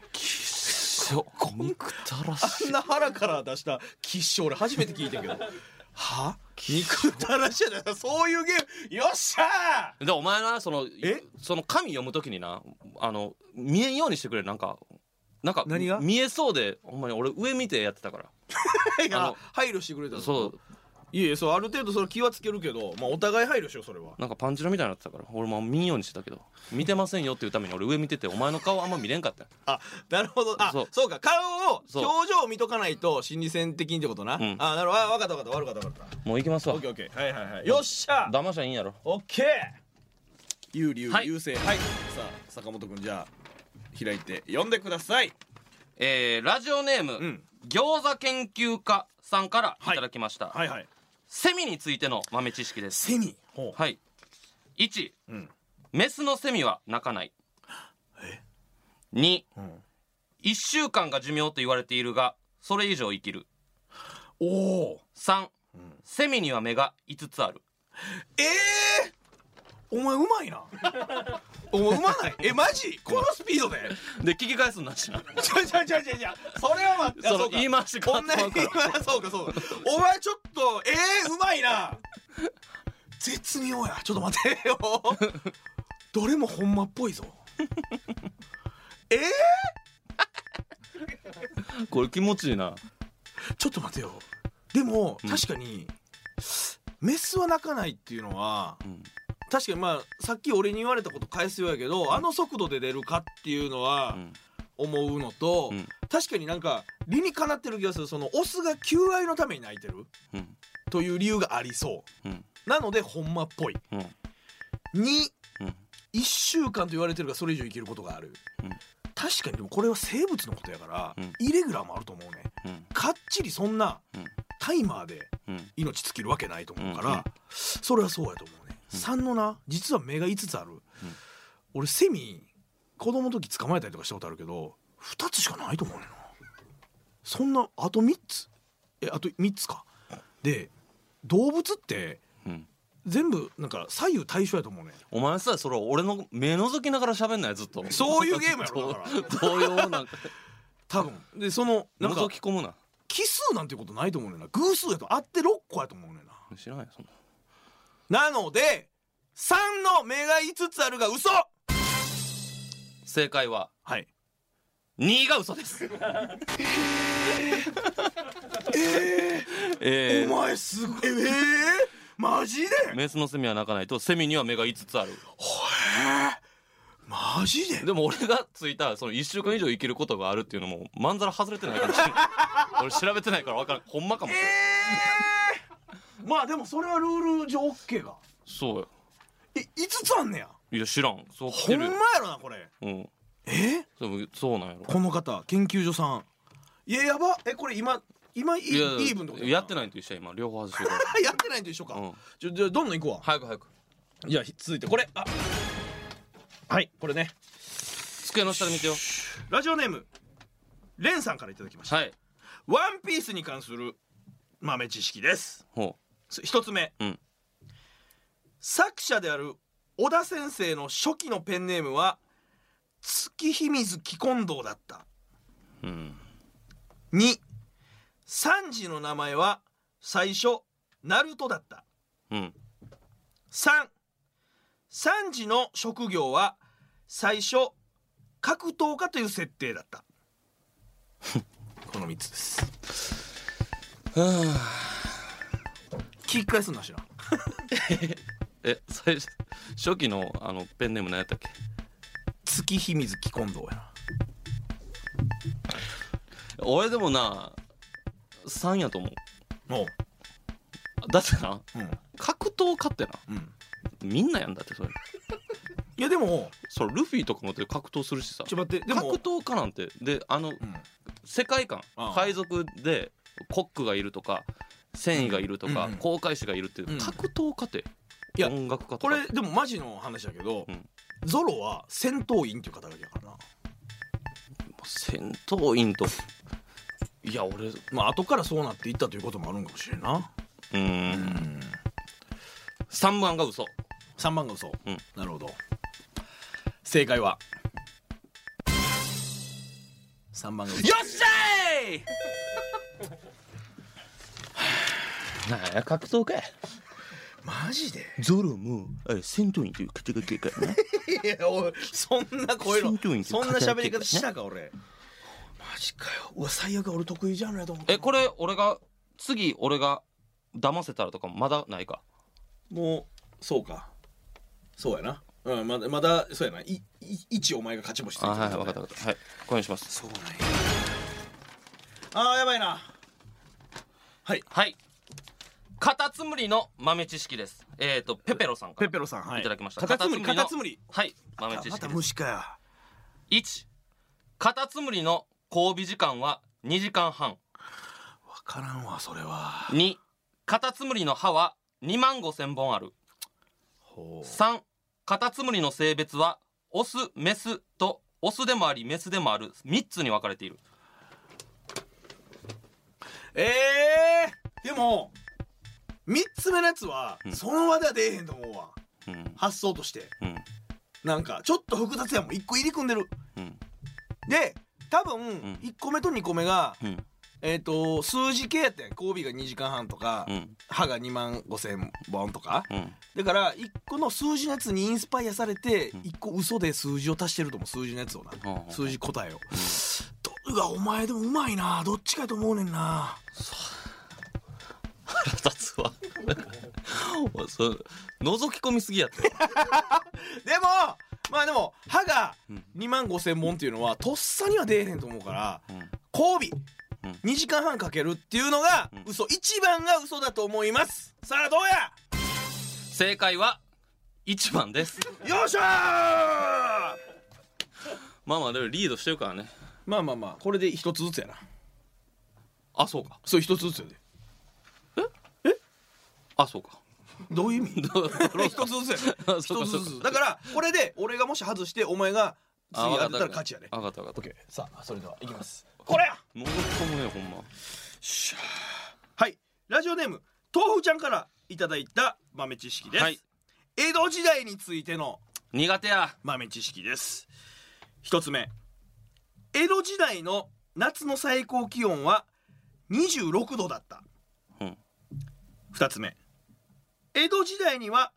Speaker 2: こんくだらし
Speaker 1: あんな腹から出した吉祥俺初めて聞いたけどは肉たらしやなそういうゲームよっしゃ
Speaker 2: いでお前なその
Speaker 1: え
Speaker 2: その紙読むときになあの見えんようにしてくれなんかなんか
Speaker 1: 何が
Speaker 2: 見えそうでほんまに俺上見てやってたから
Speaker 1: ーい
Speaker 2: あ
Speaker 1: や
Speaker 2: の
Speaker 1: 配慮してくれたの
Speaker 2: そう
Speaker 1: いやいやそうある程度それ気はつけるけど、まあ、お互い配慮しようそれは
Speaker 2: なんかパンチラみたいになってたから俺も見んようにしてたけど見てませんよっていうために俺上見ててお前の顔あんま見れんかったよ
Speaker 1: あなるほどあ
Speaker 2: そ
Speaker 1: そううか顔を
Speaker 2: そう
Speaker 1: 表情を見とかないと心理戦的にってことな、
Speaker 2: ん
Speaker 1: あなるほどあ分かった分かった分かった分かった
Speaker 2: もう行きますわ
Speaker 1: オッケーオッケーはいはいはいよっしゃ
Speaker 2: 騙しゃいいんやろ
Speaker 1: オッケー有利有
Speaker 2: はい
Speaker 1: 利優勢はい、さあ坂本君じゃあ開いて読んでください
Speaker 2: えー、ラジオネーム、
Speaker 1: ん
Speaker 2: 餃子研究家さんからい
Speaker 1: はい
Speaker 2: ただきました、
Speaker 1: はいはい
Speaker 2: セミについての豆知識です
Speaker 1: セミほう
Speaker 2: はい1、
Speaker 1: うん
Speaker 2: メスのセミは鳴かない2、
Speaker 1: うん
Speaker 2: 1週間が寿命と言われているがそれ以上生きる
Speaker 1: おお
Speaker 2: 3、セミには目が5つある
Speaker 1: ええお前うまいな お前うまないえマジこのスピードで
Speaker 2: で聞き返すんだしな
Speaker 1: ちゃちゃちゃちゃちゃそれは待ってあ
Speaker 2: その
Speaker 1: うか
Speaker 2: 言い回し変わっ
Speaker 1: こん
Speaker 2: て
Speaker 1: な
Speaker 2: ま
Speaker 1: 言
Speaker 2: う
Speaker 1: い
Speaker 2: から
Speaker 1: 回し そうかそうかお前ちょっとええうまいな絶妙やちょっと待てよどれもほんまっぽいぞええ
Speaker 2: これ気持ちいいな
Speaker 1: ちょっと待てよでも、確かにメスは鳴かないっていうのは、
Speaker 2: ん
Speaker 1: 確かにまあさっき俺に言われたこと返すようやけど、あの速度で出るかっていうのは
Speaker 2: うん
Speaker 1: 思うのと、
Speaker 2: うん
Speaker 1: 確かになんか理にかなってる気がするそのオスが求愛のために鳴いてる
Speaker 2: うん
Speaker 1: という理由がありそ
Speaker 2: うん
Speaker 1: うなのでほんまっぽい
Speaker 2: うん
Speaker 1: に
Speaker 2: うん
Speaker 1: 1週間と言われてるがそれ以上生きることがある、
Speaker 2: うん
Speaker 1: 確かにでもこれは生物のことやから、
Speaker 2: うん
Speaker 1: イレギュラーもあると思うね
Speaker 2: うん
Speaker 1: かっちりそんな
Speaker 2: うん
Speaker 1: タイマーで
Speaker 2: うん
Speaker 1: 命尽きるわけないと思うから、
Speaker 2: うんうん
Speaker 1: それはそうやと思うね、3のな実は目が5つある、俺セミ子供の時捕まえたりとかしたことあるけど2つしかないと思うねんなそんなあと3つえあと3つかで動物って
Speaker 2: うん
Speaker 1: 全部なんか左右対称やと思うねん
Speaker 2: お前さそれ俺の目覗きながら喋んないずっと
Speaker 1: そういうゲームやろだから
Speaker 2: 同様なんか
Speaker 1: 多分でそのなんか
Speaker 2: 覗き込むな
Speaker 1: 奇数なんてことないと思うねんな偶数やとあって6個やと思うねんな
Speaker 2: 知らんよそんな
Speaker 1: なので3の目が5つあるが嘘
Speaker 2: 正解は
Speaker 1: はい
Speaker 2: 2が嘘ですええ
Speaker 1: お前すごいええマジで
Speaker 2: メスのセミは鳴かないとセミには目が5つある
Speaker 1: マジで
Speaker 2: でも俺がついたその1週間以上生きることがあるっていうのもまんざら外れて ないから俺調べてないから分からんほんまかもしれん
Speaker 1: まあでもそれはルール上 OK が
Speaker 2: そうよ
Speaker 1: え5つあんねや
Speaker 2: いや知らんそう来
Speaker 1: ほ
Speaker 2: て
Speaker 1: んま
Speaker 2: る
Speaker 1: やろなこれ
Speaker 2: うん
Speaker 1: え
Speaker 2: そうそうなんやろ
Speaker 1: この方研究所さんいややばえこれ今今イ
Speaker 2: いや
Speaker 1: ーブンってこと
Speaker 2: やって
Speaker 1: ない
Speaker 2: ないと一緒や今両方外して るから
Speaker 1: やってないんと一緒か、
Speaker 2: うん
Speaker 1: じゃじゃあどんどんいくわ
Speaker 2: 早く早く
Speaker 1: じゃあひ続いてこれあはいこれね
Speaker 2: 机の下で見てよ
Speaker 1: ラジオネームレンさんからいただきました
Speaker 2: はい
Speaker 1: ワンピースに関する豆知識です
Speaker 2: ほ
Speaker 1: す一つ目、
Speaker 2: うん
Speaker 1: 作者である小田先生の初期のペンネームは月秘水木近藤だった
Speaker 2: ううん
Speaker 1: 2三次の名前は最初ナルトだった
Speaker 2: うん
Speaker 1: 3三次の職業は 最初格闘家という設定だったこの3つです
Speaker 2: はあ
Speaker 1: 聞き返すんだしな
Speaker 2: え最初初期のあのペンネーム何やったっけ
Speaker 1: 月日水木近藤やな
Speaker 2: 俺でもな3やと思う
Speaker 1: おう
Speaker 2: だってな
Speaker 1: うん
Speaker 2: 格闘家ってな
Speaker 1: うん
Speaker 2: みんなやんだってそれ
Speaker 1: いやでも
Speaker 2: それルフィとかもだって格闘するしさ
Speaker 1: ちょっと待ってでも
Speaker 2: 格闘家なんてであの
Speaker 1: うん
Speaker 2: 世界観
Speaker 1: ああ
Speaker 2: 海賊でコックがいるとか繊維がいるとか、
Speaker 1: うんうん
Speaker 2: 航海士がいるっていう、
Speaker 1: うん
Speaker 2: 格闘家って
Speaker 1: いや
Speaker 2: 音楽家とか
Speaker 1: これでもマジの話だけど、
Speaker 2: うん
Speaker 1: ゾロは戦闘員っていう肩書きだからな
Speaker 2: 戦闘員といや俺う
Speaker 1: まあ後からそうなっていったということもあるんかもしれんな
Speaker 2: ー
Speaker 1: うんん
Speaker 2: 3番が嘘
Speaker 1: 3番が嘘、
Speaker 2: うん
Speaker 1: なるほど正解は3番が嘘
Speaker 2: よっしゃい なんや格闘家
Speaker 1: マジで
Speaker 2: ゾロもえ戦闘員という肩書きやからね
Speaker 1: いやおいそんな声の
Speaker 2: 戦闘員って
Speaker 1: そんな喋り方した
Speaker 2: 肩
Speaker 1: か俺マジかようわ最悪俺得意ジャンルやと思った
Speaker 2: えこれ俺が次俺が騙せたらとかもまだないか
Speaker 1: もうそうかそうやなうんまだまだそうやないい一お前が勝ち星ついて
Speaker 2: あ
Speaker 1: る
Speaker 2: はい分かった分かったはいお願いします
Speaker 1: そうなんやあーやばいな
Speaker 2: はいカタツムリの豆知識ですえっ、ー、とペペロさんか
Speaker 1: ペ
Speaker 2: ら
Speaker 1: ペロさんはい
Speaker 2: いただきました
Speaker 1: カタツムリ
Speaker 2: カ
Speaker 1: カ
Speaker 2: タ
Speaker 1: タ
Speaker 2: ツ
Speaker 1: ツ
Speaker 2: ム
Speaker 1: ムリ
Speaker 2: はい豆
Speaker 1: あ
Speaker 2: 知
Speaker 1: ま
Speaker 2: 識
Speaker 1: た
Speaker 2: です
Speaker 1: 虫かや
Speaker 2: 1カタツムリの交尾時間は2時間半
Speaker 1: わからんわそれは
Speaker 2: 2カタツムリの歯は2万5千本ある
Speaker 1: ほう
Speaker 2: 3カタツムリの性別はオスメスとオスでもありメスでもある3つに分かれている
Speaker 1: えー、でも3つ目のやつは、
Speaker 2: うん
Speaker 1: その場では出えへんと思うわ
Speaker 2: うん
Speaker 1: 発想として
Speaker 2: うん
Speaker 1: なんかちょっと複雑やもん1個入り組んでる
Speaker 2: うん
Speaker 1: で多分、
Speaker 2: ん
Speaker 1: 1個目と2個目が、
Speaker 2: うん
Speaker 1: えっ、と数字系やったんや交尾が2時間半とか、
Speaker 2: うん
Speaker 1: 歯が2万5千本とか
Speaker 2: うん
Speaker 1: だから1個の数字のやつにインスパイアされて
Speaker 2: ん
Speaker 1: 1個嘘で数字を足してると思う数字のやつをな
Speaker 2: うんうん
Speaker 1: 数字答えをどうわお前でもうまいなどっちかやと思うねんな
Speaker 2: 腹立つわ おいそれ覗き込みすぎやって
Speaker 1: でもまあでも歯が
Speaker 2: うん
Speaker 1: 2万5千本っていうのはとっさには出えへんと思うから
Speaker 2: うん
Speaker 1: 交尾
Speaker 2: うん
Speaker 1: 2時間半かけるっていうのが
Speaker 2: うん
Speaker 1: 嘘一番が嘘だと思いますさあどうや
Speaker 2: 正解は1番です
Speaker 1: よっしゃー
Speaker 2: まあまあでもリードしてるからね
Speaker 1: まあまあまあこれで一つずつやな
Speaker 2: あそうか
Speaker 1: そう一つずつやで
Speaker 2: あそうか
Speaker 1: どうい う意味一つずつやで
Speaker 2: あそうか
Speaker 1: 一つ
Speaker 2: そうか
Speaker 1: ずつだからこれで俺がもし外してお前が次
Speaker 2: あわか
Speaker 1: 当
Speaker 2: って
Speaker 1: たら勝ちやで
Speaker 2: 分かった分かった
Speaker 1: OK さあそれではいきますこれや
Speaker 2: 覗き込むねほんま
Speaker 1: はいラジオネーム豆腐ちゃんからいただいた豆知識です、
Speaker 2: はい
Speaker 1: 江戸時代についての
Speaker 2: 苦手や
Speaker 1: 豆知識です一つ目江戸時代の夏の最高気温は26度だった
Speaker 2: うん
Speaker 1: 二つ目江戸時代には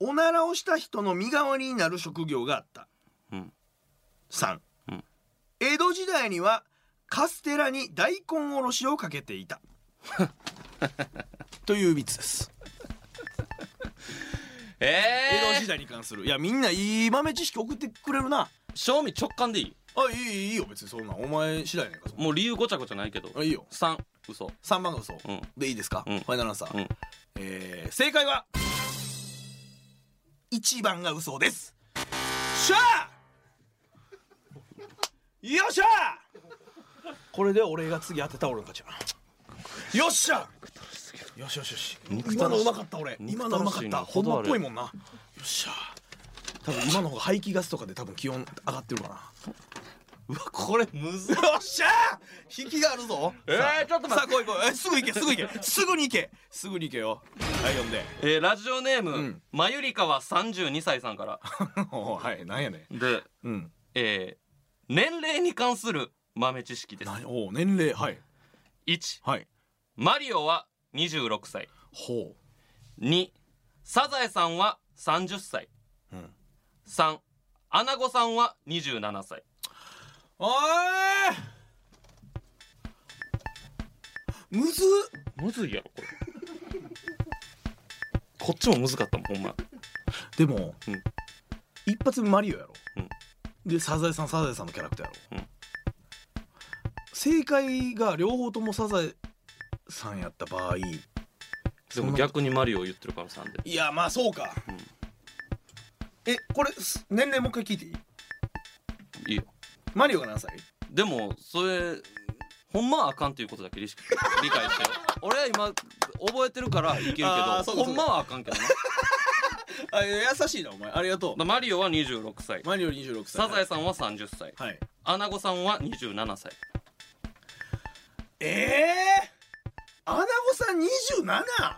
Speaker 1: おならをした人の身代わりになる職業があった
Speaker 2: うん
Speaker 1: 三、
Speaker 2: うん
Speaker 1: 江戸時代にはカステラに大根おろしをかけ ていたという3つです
Speaker 2: え
Speaker 1: 江戸
Speaker 2: え
Speaker 1: 時代に関するいやみんないい豆知識送ってくれるな
Speaker 2: 賞味直感でいい
Speaker 1: あいいいいいいよ別にそんなんお前次第ねんかそんな
Speaker 2: もう理由ごちゃごちゃないけど
Speaker 1: あいいよ
Speaker 2: 3嘘
Speaker 1: 3番が嘘、
Speaker 2: うん
Speaker 1: でいいですか、
Speaker 2: うん
Speaker 1: ファイナルアンサー、
Speaker 2: うん
Speaker 1: えー正解は1番が嘘ですしゃーよっしゃーこれで俺が次当てた俺の勝ちやなよっしゃよしよしよし今のうまかった俺今のうまかったほんまっぽいもんなよっしゃ多分今の方が排気ガスとかで多分気温上がってるかな
Speaker 2: うわこれむずい
Speaker 1: よっしゃー引きがあるぞ
Speaker 2: えー
Speaker 1: さあ
Speaker 2: ちょっと待って
Speaker 1: さあ来い来いえすぐ行けすぐ行けすぐに行けすぐに行けよはい読んで
Speaker 2: えーラジオネーム、
Speaker 1: うん
Speaker 2: まゆりかは32歳さんから
Speaker 1: おうはいなんやね
Speaker 2: で
Speaker 1: んうん
Speaker 2: えー年齢に関する豆知識です
Speaker 1: なおう年齢はい
Speaker 2: 1
Speaker 1: はい
Speaker 2: マリオは26歳
Speaker 1: ほ
Speaker 2: 2サザエさんは30歳、
Speaker 1: ん
Speaker 2: 3アナゴさんは27歳
Speaker 1: うおーいむずっ
Speaker 2: むずいやろこれこっちもむずかったもんほんま
Speaker 1: でも、
Speaker 2: うん
Speaker 1: 一発目マリオやろ、
Speaker 2: うん
Speaker 1: でサザエさんサザエさんのキャラクターやろ、
Speaker 2: うん
Speaker 1: 正解が両方ともサザエさんやった場合い
Speaker 2: でも逆にマリオ言ってるからさんで
Speaker 1: やまあそうか、
Speaker 2: うん
Speaker 1: えこれす年齢もう一回聞いていい
Speaker 2: いいよ
Speaker 1: マリオが何歳
Speaker 2: でもそれほんまはあかんっていうことだけ理識理解してよ 俺は今覚えてるからいけるけど
Speaker 1: あーそうかそうか
Speaker 2: ほんまはあかんけどな
Speaker 1: あ優しいなお前ありがとう
Speaker 2: マリオは26歳
Speaker 1: マリオ26歳
Speaker 2: サザエさんは30歳
Speaker 1: はい
Speaker 2: アナゴさんは27歳
Speaker 1: ええー、アナゴさん 27!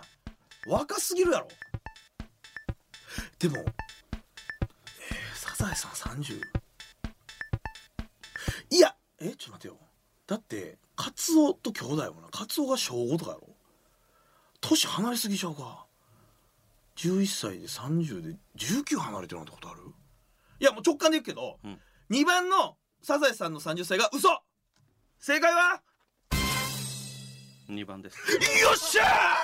Speaker 1: 若すぎるやろでも、えーサザエさん30いやえちょっと待てよだってカツオと兄弟やもんなカツオが小5とかやろ年離れすぎちゃうか11歳で30で19離れてるなんてことあるいやもう直感で言うけど、
Speaker 2: うん
Speaker 1: 2番のサザエさんの30歳が嘘正解は
Speaker 2: 2番です
Speaker 1: よっしゃ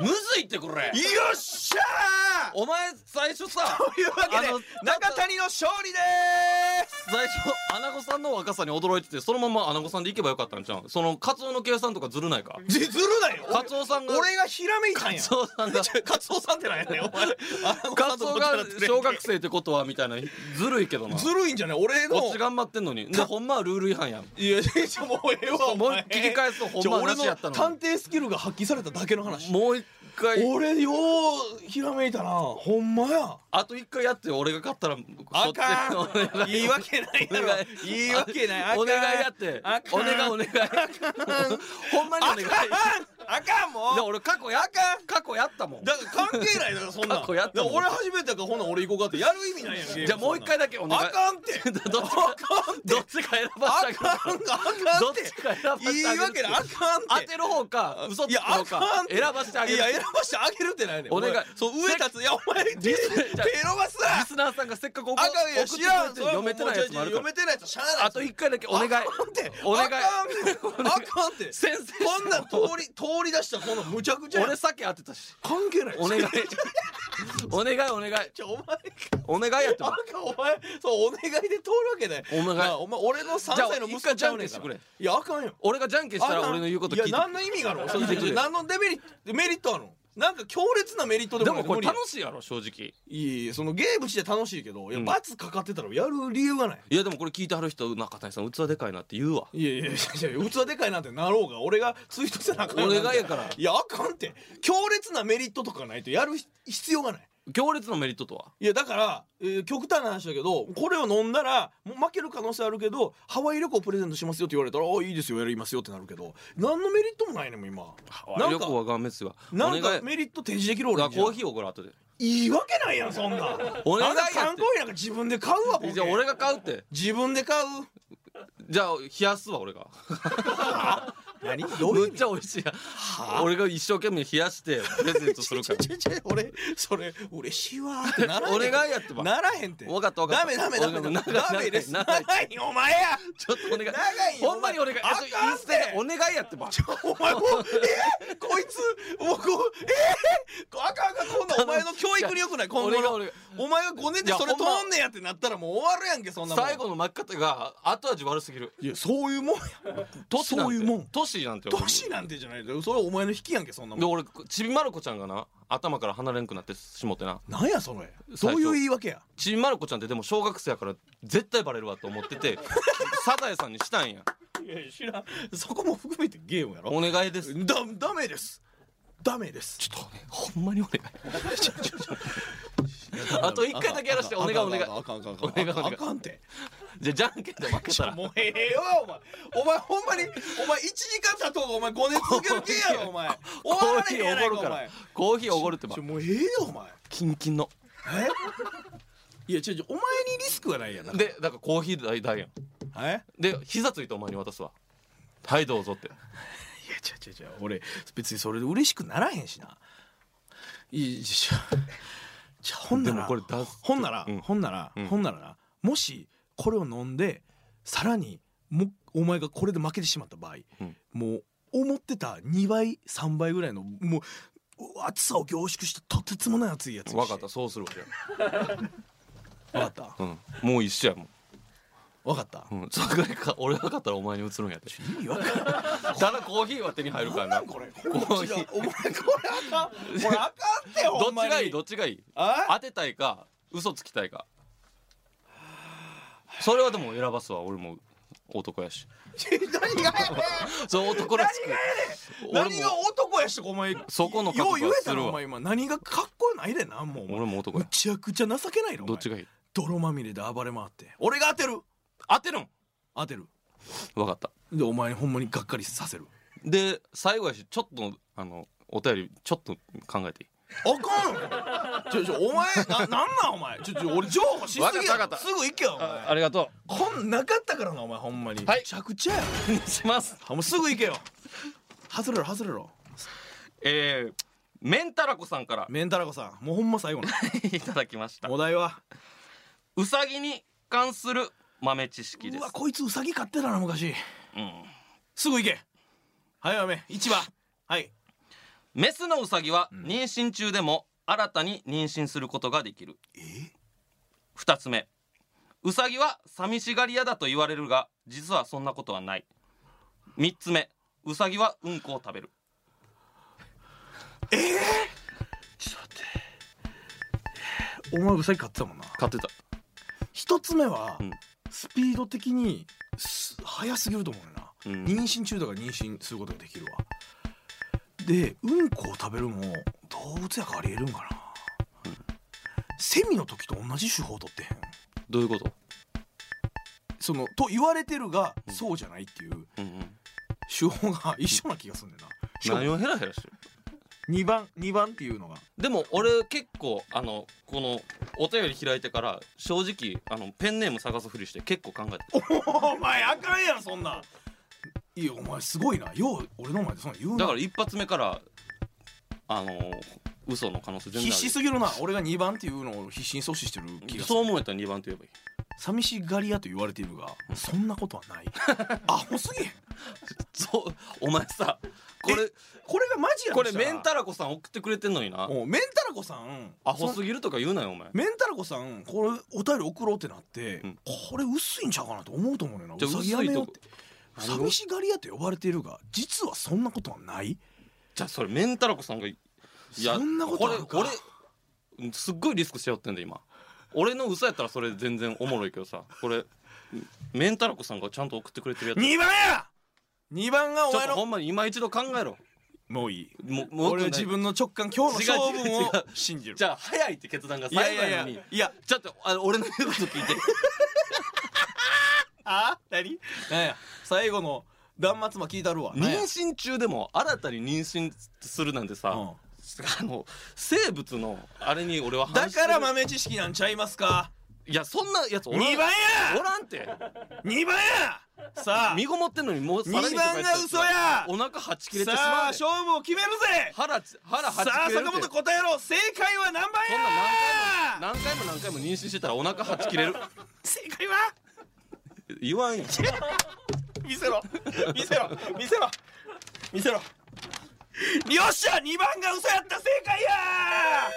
Speaker 2: むずいってこれ
Speaker 1: ーよっしゃー
Speaker 2: お前最初さ
Speaker 1: というわけで
Speaker 2: あの
Speaker 1: 中谷の勝利でーす
Speaker 2: 最初アナゴさんの若さに驚いててそのままアナゴさんでいけばよかったんちゃうそのカツオの計算とかずるないか
Speaker 1: じずるなよ
Speaker 2: カツオさんが
Speaker 1: 俺がひらめいたん
Speaker 2: カ
Speaker 1: や
Speaker 2: ツオさんが
Speaker 1: カツオさんってなんやねんお前
Speaker 2: カツオが小学生ってことはみたいなずるいけどな
Speaker 1: ずるいんじゃない俺の
Speaker 2: こっち頑張ってんのにでほんまはルール違反やん
Speaker 1: いやちょもうええわお
Speaker 2: もう
Speaker 1: 前
Speaker 2: 切り返すとほんまはなしやった
Speaker 1: ちょ俺
Speaker 2: の
Speaker 1: の探偵スキルが発揮されただけの
Speaker 2: に
Speaker 1: 話
Speaker 2: もう一回
Speaker 1: 俺ようひらめいたなほんまや
Speaker 2: あと一回やって俺が勝ったら
Speaker 1: あか
Speaker 2: そっちお願
Speaker 1: ん
Speaker 2: い
Speaker 1: 言い訳ないやろ言い訳ないあかん
Speaker 2: お願いやって
Speaker 1: あか
Speaker 2: お
Speaker 1: ん
Speaker 2: 願いお願いほんまにお願い
Speaker 1: あかんもう
Speaker 2: で俺過去や過去やったもん
Speaker 1: だから関係ないだからそんなん
Speaker 2: 過去やったもん
Speaker 1: だから俺初めてだからほんなら俺行こうかってやる意味ないやんゲーム
Speaker 2: じゃあもう一回だけお
Speaker 1: そん
Speaker 2: 願
Speaker 1: ないんあかんって
Speaker 2: どっちかどっちか選ばし
Speaker 1: あ
Speaker 2: た
Speaker 1: かん
Speaker 2: か
Speaker 1: あかんって
Speaker 2: どっちか選ばせてあげる
Speaker 1: 言い訳ないあかん
Speaker 2: 当
Speaker 1: って
Speaker 2: てる方か嘘つく
Speaker 1: いやあ
Speaker 2: 方か
Speaker 1: かんって
Speaker 2: 選ばしてあげる
Speaker 1: いや選ばしてあげるってないねん
Speaker 2: お願い
Speaker 1: 前そう上立ついやお前手
Speaker 2: じゃあ
Speaker 1: 手伸ばす
Speaker 2: リ
Speaker 1: な
Speaker 2: スナーさんがせっかく送
Speaker 1: あかんい
Speaker 2: 送
Speaker 1: や
Speaker 2: ってく
Speaker 1: 知
Speaker 2: れ
Speaker 1: らん
Speaker 2: て読めてないやつもあるか
Speaker 1: 読
Speaker 2: ら
Speaker 1: めてないやつしゃあない
Speaker 2: あと一回だけお願い
Speaker 1: あかんって
Speaker 2: お願い
Speaker 1: あかんあかんって
Speaker 2: 先生
Speaker 1: こんなん通り通り出したこのむちゃくちゃやん
Speaker 2: 俺酒当てたし
Speaker 1: 関係ない
Speaker 2: お願いお願いお願い
Speaker 1: じゃお前
Speaker 2: お願いやって
Speaker 1: あ
Speaker 2: ば
Speaker 1: かんお前そうお願いで通るわけない
Speaker 2: お願い
Speaker 1: なあお前俺の3
Speaker 2: じゃあ
Speaker 1: 歳の息子ちゃう
Speaker 2: 一回じゃんけ
Speaker 1: ねんから
Speaker 2: んしてくれ
Speaker 1: いやあかんよ
Speaker 2: 俺がじゃんけんしたら俺の言うこと聞いて
Speaker 1: や何の意味があるのそ
Speaker 2: 聞
Speaker 1: れ
Speaker 2: いてくれ
Speaker 1: 何のデメリットメリットあるのなんか強烈なメリットで
Speaker 2: で
Speaker 1: もない
Speaker 2: もこれ
Speaker 1: 無理や
Speaker 2: 楽しいやろ正直
Speaker 1: いやいやそのゲームして楽しいけどいや
Speaker 2: うん
Speaker 1: 罰かかってたらやる理由がない
Speaker 2: いやでもこれ聞いてはる人中谷さん器でかいなって言うわ
Speaker 1: いやいやいやいや器でかいなんてなろうが俺がツイートせなあかんよ
Speaker 2: お願いやから
Speaker 1: いやあかんって強烈なメリットとかないとやる必要がない
Speaker 2: 強烈のメリットとはい
Speaker 1: やだから、えー極端な話だけどこれを飲んだらもう負ける可能性あるけどハワイ旅行プレゼントしますよって言われたら「あいいですよやりますよ」ってなるけど何のメリットもないねんもん今なん
Speaker 2: よく
Speaker 1: か
Speaker 2: わがめすわお
Speaker 1: な
Speaker 2: 願い
Speaker 1: んかメリット提示できる
Speaker 2: 俺
Speaker 1: 俺
Speaker 2: は
Speaker 1: にじゃ
Speaker 2: コーヒーおごる後で
Speaker 1: いいわけないやんそんなん
Speaker 2: お願い
Speaker 1: あんな
Speaker 2: やって
Speaker 1: 缶コーヒーなんか自分で買うわボケ
Speaker 2: じゃあ俺が買うって
Speaker 1: 自分で買う
Speaker 2: じゃあ冷やすわ俺が
Speaker 1: 何どうい
Speaker 2: む
Speaker 1: う意
Speaker 2: っ
Speaker 1: 味
Speaker 2: ちゃ美味しいや俺が一生懸命冷やしてプレゼントする から
Speaker 1: ちょちょちょ俺それ嬉しいわーってならへん
Speaker 2: 俺がやってば
Speaker 1: ならへんって
Speaker 2: わかったわかった
Speaker 1: ダメダメダメ
Speaker 2: 俺
Speaker 1: ダ
Speaker 2: が
Speaker 1: メ
Speaker 2: 長い
Speaker 1: ダメです
Speaker 2: 長い
Speaker 1: 長いお前や
Speaker 2: ちょっとお願い
Speaker 1: 長いよ
Speaker 2: ほんまにお願い
Speaker 1: お前
Speaker 2: あと
Speaker 1: あか
Speaker 2: イ
Speaker 1: んって
Speaker 2: ンスタでお願いやって ば
Speaker 1: お前もうえーこいつもうこうえー、あかんあかんこんなんお前の教育に良くない今後
Speaker 2: 俺が
Speaker 1: の
Speaker 2: 俺が
Speaker 1: お前が5年でそれ
Speaker 2: いやほんま
Speaker 1: 通んねやってなったらもう終わるやんけそんなもん
Speaker 2: 最後の巻き方が後味悪すぎる
Speaker 1: いやそういうもんや
Speaker 2: 都市なん
Speaker 1: そう
Speaker 2: て
Speaker 1: いうもん
Speaker 2: 都市なんて俺
Speaker 1: 年なんてじゃないだろそれはお前の引きやんけそんな
Speaker 2: で
Speaker 1: もん
Speaker 2: 俺ちびまる子ちゃんがな頭から離れんくなってしもてな
Speaker 1: なんやそれ
Speaker 2: 最
Speaker 1: そ
Speaker 2: 初
Speaker 1: ういう言い訳や
Speaker 2: ちびまる子ちゃんってでも小学生やから絶対バレるわと思っててサザエさんにしたんや
Speaker 1: いやいや知らんそこも含めてゲームやろ
Speaker 2: お願いです
Speaker 1: だダメですダメです
Speaker 2: ちょっとねほんまにお願いあと一回だけやらせてお願いお願い
Speaker 1: あかんあかんあか
Speaker 2: お
Speaker 1: ん
Speaker 2: 願いお願い
Speaker 1: あかんって
Speaker 2: じゃあじゃんけんで負けたら
Speaker 1: もうええわお前お前ほんまにお前1時間経とうがお前5年続ける系 やろお前
Speaker 2: コ
Speaker 1: 終わ
Speaker 2: ー
Speaker 1: ら
Speaker 2: ヒ
Speaker 1: れへ
Speaker 2: ー
Speaker 1: んや
Speaker 2: お
Speaker 1: ない
Speaker 2: ご
Speaker 1: か
Speaker 2: る
Speaker 1: お
Speaker 2: から
Speaker 1: 前
Speaker 2: コーヒーおごるってば
Speaker 1: ちょもうええよお前
Speaker 2: キンキンの
Speaker 1: えいやちょちょお前にリスクはないやんだから
Speaker 2: でだからコーヒー代代やん
Speaker 1: え
Speaker 2: で膝ついてお前に渡すわはいどうぞって
Speaker 1: いやちょちょちょ俺別にそれで嬉しくならへんしないいちょちょほんな
Speaker 2: で
Speaker 1: ら
Speaker 2: もこれ出す
Speaker 1: ほんなら、
Speaker 2: うん
Speaker 1: ほんなら、
Speaker 2: うん
Speaker 1: ほんならなもしこれを飲んでさらにもお前がこれで負けてしまった場合、
Speaker 2: うん
Speaker 1: もう思ってた2倍3倍ぐらいのもうう暑さを凝縮したとてつもない暑いやつ
Speaker 2: 分かったそうするわじゃ
Speaker 1: 分かった
Speaker 2: あうんもう一緒やもん
Speaker 1: 分かった
Speaker 2: うん、それか俺が勝ったらお前に移るんやって
Speaker 1: 意味分かんない
Speaker 2: ただコーヒーは手に入るからな
Speaker 1: これ
Speaker 2: コーヒー
Speaker 1: お前これあかんこれあかんって
Speaker 2: ど
Speaker 1: ほ
Speaker 2: っ
Speaker 1: ん
Speaker 2: ち
Speaker 1: まに
Speaker 2: がいいどっちがいい
Speaker 1: あ
Speaker 2: 当てたいか嘘つきたいかそれはでも選ばすわ俺も男やし
Speaker 1: 何がやねん
Speaker 2: そう男らしく俺
Speaker 1: 何が
Speaker 2: も
Speaker 1: 男やしお前
Speaker 2: そこの覚
Speaker 1: よ
Speaker 2: 悟
Speaker 1: う言
Speaker 2: は
Speaker 1: え
Speaker 2: す
Speaker 1: た
Speaker 2: る
Speaker 1: なお
Speaker 2: わ
Speaker 1: 前今何がかっこないでなもうお前
Speaker 2: 俺も男
Speaker 1: む
Speaker 2: や
Speaker 1: ちゃくちゃ情けないの
Speaker 2: どっち
Speaker 1: が
Speaker 2: がいい
Speaker 1: 泥まみれで暴れ回って俺が当てる
Speaker 2: 当てるん
Speaker 1: 当てる
Speaker 2: 分かった
Speaker 1: でお前にほんまにがっかりさせる
Speaker 2: で最後やしちょっとあのお便りちょっと考えていい
Speaker 1: あかんちょちょお前ななんなんお前ちょちょ俺譲歩しすぎや
Speaker 2: わかったわかった
Speaker 1: すぐ行けよお前
Speaker 2: ありがと
Speaker 1: こんなかったからなお前ほんまに、
Speaker 2: はい
Speaker 1: めちゃくちゃや
Speaker 2: う します
Speaker 1: あもうすぐ行けよ外れろ外れろ
Speaker 2: えー、メンタラコさんから
Speaker 1: メンタラコさんもうほんま最 後の
Speaker 2: いただきました
Speaker 1: お題は
Speaker 2: うさぎに関する豆知識で
Speaker 1: う
Speaker 2: す
Speaker 1: わこいつウサギ飼ってたな昔
Speaker 2: うん
Speaker 1: すぐ行けはいおめ市場はい
Speaker 2: メスのウサギは妊娠中でも新たに妊娠することができる2つ目ウサギは寂しがり屋だと言われるが実はそんなことはない3つ目ウサギはうんこを食べる
Speaker 1: お前ウサギ飼ってたもんな
Speaker 2: 買ってた
Speaker 1: 一つ目は、
Speaker 2: うん
Speaker 1: スピード的にす速すぎると思うよな、
Speaker 2: うん
Speaker 1: 妊娠中だから妊娠することができるわでうんこを食べるも動物やからありえるんかな、セミの時と同じ手法を取ってへん
Speaker 2: どういうこと
Speaker 1: そのと言われてるが、そうじゃないっていう
Speaker 2: うんうん
Speaker 1: 手法が一緒な気がすんねんな、しか
Speaker 2: 何
Speaker 1: も
Speaker 2: をヘラヘラしてる
Speaker 1: 2番2番っていうのが
Speaker 2: でも俺結構あのこのお便り開いてから正直あのペンネーム探すふりして結構考えてた
Speaker 1: お前あかんやんそんなんいやお前すごいなよう俺の前でそんなん言うな
Speaker 2: だから一発目からあの嘘の可能性全然
Speaker 1: 必
Speaker 2: あ
Speaker 1: 死
Speaker 2: る
Speaker 1: すぎるな俺が2番っていうのを必死に阻止してる気がす
Speaker 2: そう
Speaker 1: る
Speaker 2: 思えたら2番と言えばいい
Speaker 1: 寂しがり屋と言われているがそんなことは ないアホすぎへん
Speaker 2: そうお前さこれ
Speaker 1: これがマジや
Speaker 2: これメンタ
Speaker 1: ラ
Speaker 2: ラコさん送ってくれてんのにな
Speaker 1: メンタラコさん
Speaker 2: アホ
Speaker 1: そ
Speaker 2: すぎるとか言うなよお前
Speaker 1: メンタラコさんこれお便り送ろうってなって、
Speaker 2: ん
Speaker 1: これ薄いんちゃうかなと思うと思うねんな
Speaker 2: じゃあ
Speaker 1: ウサギやめようって
Speaker 2: 薄いとこ
Speaker 1: 寂しがり屋と呼ばれているが実はそんなことはない
Speaker 2: じゃあそれメンタラコさんがいや
Speaker 1: そんなことあるか
Speaker 2: これ俺うんすっごいリスクしよってんだ今俺の嘘やったらそれ全然おもろいけどさこれメンタラコさんがちゃんと送ってくれてるやつ
Speaker 1: 2番や2番がお
Speaker 2: ちょっ
Speaker 1: 前
Speaker 2: とほ
Speaker 1: の
Speaker 2: んまに今一度考えろ
Speaker 1: もういい
Speaker 2: もうもう
Speaker 1: 俺は自分の直感今日の勝負
Speaker 2: 違う違う違
Speaker 1: を
Speaker 2: う
Speaker 1: 信じる
Speaker 2: じゃあ早いって決断が
Speaker 1: いや
Speaker 2: 最
Speaker 1: い
Speaker 2: 後や
Speaker 1: や
Speaker 2: の
Speaker 1: い
Speaker 2: に
Speaker 1: やいや
Speaker 2: ちょっとあの俺の言うこと聞いて
Speaker 1: あ何なんや最後の断末魔聞いたるわなん
Speaker 2: 妊
Speaker 1: や
Speaker 2: 娠中でも新たに妊娠するなんてさ、
Speaker 1: うん
Speaker 2: あの生物のあれに俺は反
Speaker 1: だ
Speaker 2: してる
Speaker 1: から豆知識なんちゃいますか
Speaker 2: いやそんなやつお
Speaker 1: 2
Speaker 2: らん
Speaker 1: 番や
Speaker 2: おらんて
Speaker 1: 2番やさあ
Speaker 2: 身ごもってんのにもうさらに
Speaker 1: 二番が嘘や
Speaker 2: お腹はち切れてし
Speaker 1: さあ
Speaker 2: まうで
Speaker 1: 勝負を決めるぜ
Speaker 2: 腹ち腹はち
Speaker 1: さあ
Speaker 2: 切れる
Speaker 1: 坂
Speaker 2: て
Speaker 1: 本答えろ正解は何番
Speaker 2: そんな
Speaker 1: や
Speaker 2: 何回も何回も何回も妊娠してたらお腹はち切れる
Speaker 1: 正解は
Speaker 2: 言わんよ
Speaker 1: 見せろ見せろ見せろ見せろよっしゃ2番が嘘やった正解や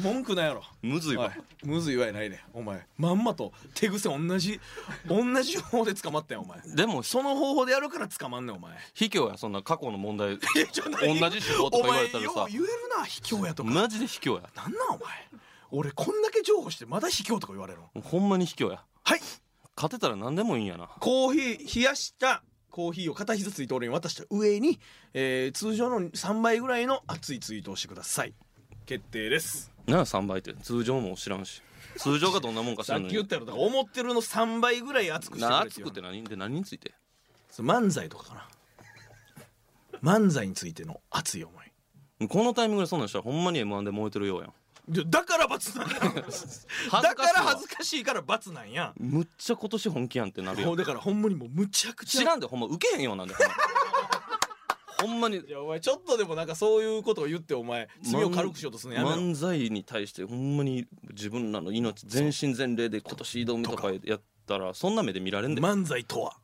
Speaker 1: 文句ないやろ
Speaker 2: むずいわ
Speaker 1: おいむずいわやないねお前まんまと手癖同じ同じ方法で捕まったよお前
Speaker 2: でも
Speaker 1: その方法でやるから捕まんねんお前
Speaker 2: 卑怯やそんな過去の問 題
Speaker 1: ちょ
Speaker 2: 同じ手法とか言われたら
Speaker 1: お前よ
Speaker 2: さ
Speaker 1: う言えるな卑怯やとか、
Speaker 2: マジで卑怯や
Speaker 1: なんなんお前俺こんだけ譲歩してまだ卑怯とか言われるの
Speaker 2: ほんまに卑怯や
Speaker 1: はい
Speaker 2: 勝てたら何でもいいんやな
Speaker 1: コーヒー冷やしたコーヒーを片膝ついて俺に渡した上に、えー通常の3倍ぐらいの熱いツイートをしてください決定です
Speaker 2: なあ3倍って通常も知らんし通常がどんなもんか知
Speaker 1: さ
Speaker 2: ら
Speaker 1: っ
Speaker 2: んの
Speaker 1: き言っ
Speaker 2: に
Speaker 1: たやろだから思ってるの3倍ぐらい熱くしてくれ
Speaker 2: な
Speaker 1: って
Speaker 2: 熱
Speaker 1: いう
Speaker 2: くって何で何について
Speaker 1: その漫才とかかな漫才についての熱い思い
Speaker 2: このタイミングでそんなんしたらほんまに M1 で燃えてるようやん
Speaker 1: でだから 罰なんや
Speaker 2: わ
Speaker 1: だから恥ずかしいから罰なんや
Speaker 2: むっちゃ今年本気やんってなるよ
Speaker 1: ほうだからほんまにもうむちゃくちゃ
Speaker 2: 知らんでほんま受けへんようなんでほんまほんまに
Speaker 1: いやお前ちょっとでもなんかそういうことを言ってお前罪を軽くしようとするのやめろ
Speaker 2: 漫才に対してほんまに自分らの命全身全霊で今年挑みとかやったらそんな目で見られんで
Speaker 1: 漫才とは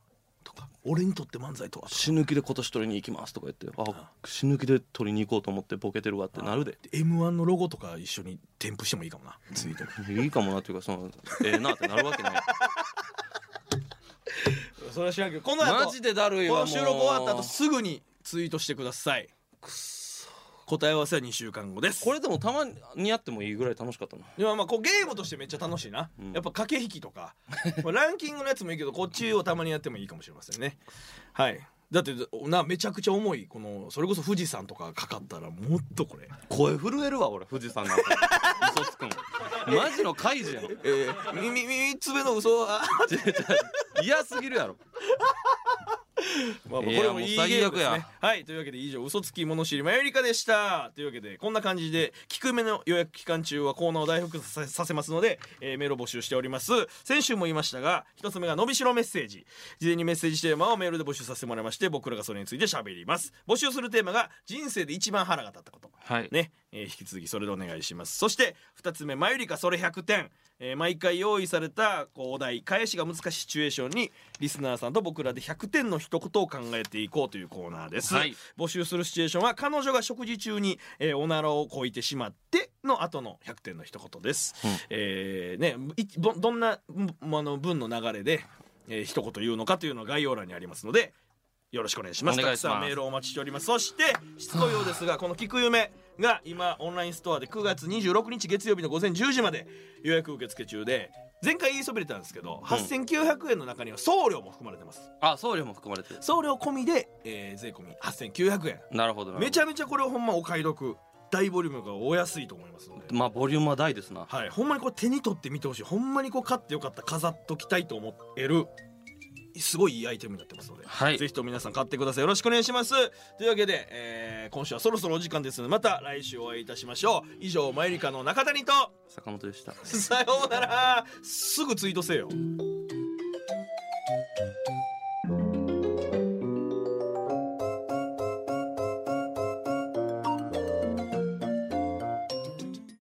Speaker 1: とか俺にとって漫才とは
Speaker 2: 死ぬ気で今年取りに行きますとか言ってあ死ぬ気で取りに行こうと思ってボケてるわってなるで
Speaker 1: M1 のロゴとか一緒に添付してもいいかもなツイートに
Speaker 2: いいかもなっていうかそのええなってなるわけない
Speaker 1: それは知らんけどこの後
Speaker 2: マジでだるい
Speaker 1: こ
Speaker 2: わもう
Speaker 1: の収録終わった後すぐにツイートしてください答え合わせは2週間後です
Speaker 2: これでもたまにやってもいいぐらい楽しかったな
Speaker 1: でもまあこうゲームとしてめっちゃ楽しいな、
Speaker 2: うん
Speaker 1: やっぱ駆け引きと かまあランキングのやつもいいけどこっちをたまにやってもいいかもしれませんねはいだってなめちゃくちゃ重いこのそれこそ富士山とかかかったらもっとこれ
Speaker 2: 声震えるわ俺富士山なんて嘘つくもんマジの怪獣やん
Speaker 1: えー、みみみ三つ目の嘘は
Speaker 2: 違う違う嫌すぎるやろ
Speaker 1: まあまあこ
Speaker 2: いや
Speaker 1: れもいいゲ
Speaker 2: もう
Speaker 1: ームです
Speaker 2: 最悪
Speaker 1: ね
Speaker 2: や
Speaker 1: はいというわけで以上嘘つき物知りマユリカでしたというわけでこんな感じで低めの予約期間中はコーナーを大復ささせますので、えーメールを募集しております先週も言いましたが一つ目が伸びしろメッセージ事前にメッセージテーマをメールで募集させてもらいまして僕らがそれについて喋ります募集するテーマが人生で一番腹が立ったこと
Speaker 2: はい
Speaker 1: ね、えー引き続きそれでお願いしますそして2つ目「マユリカそれ100点」えー毎回用意されたこうお題返しが難しいシチュエーションにリスナーさんと僕らで100点の一言を考えていこうというコーナーです、
Speaker 2: はい
Speaker 1: 募集するシチュエーションは彼女が食事中に、えーおならをこいてしまっての後の100点の一言です、
Speaker 2: うん
Speaker 1: えーね、いどどんなもあの文の流れで、えー一言言うのかというのは概要欄にありますのでよろしくお願いします。
Speaker 2: お願いします
Speaker 1: たくさんメールをお待ちしております。そしてしつこいようですが、この聞く夢が今オンラインストアで9月26日月曜日の午前10時まで予約受付中で、前回言いそびれたんですけど、8900円の中には送料も含まれてます。
Speaker 2: あ送料も含まれてる
Speaker 1: 送料込みで、えー税込み8900円。
Speaker 2: なるほどなるほど
Speaker 1: めちゃめちゃこれほんまお買い得、大ボリュームがお安いと思いますので。
Speaker 2: まあボリュームは大ですな
Speaker 1: はい、ほんまにこれ手に取ってみてほしいほんまにこう買ってよかった飾っときたいと思えるすごいいいアイテムになってますので、
Speaker 2: はい
Speaker 1: ぜひとも皆さん買ってくださいよろしくお願いしますというわけで、えー今週はそろそろお時間ですのでまた来週お会いいたしましょう以上マユリカの中谷と
Speaker 2: 坂本でした
Speaker 1: さようならすぐツイートせよ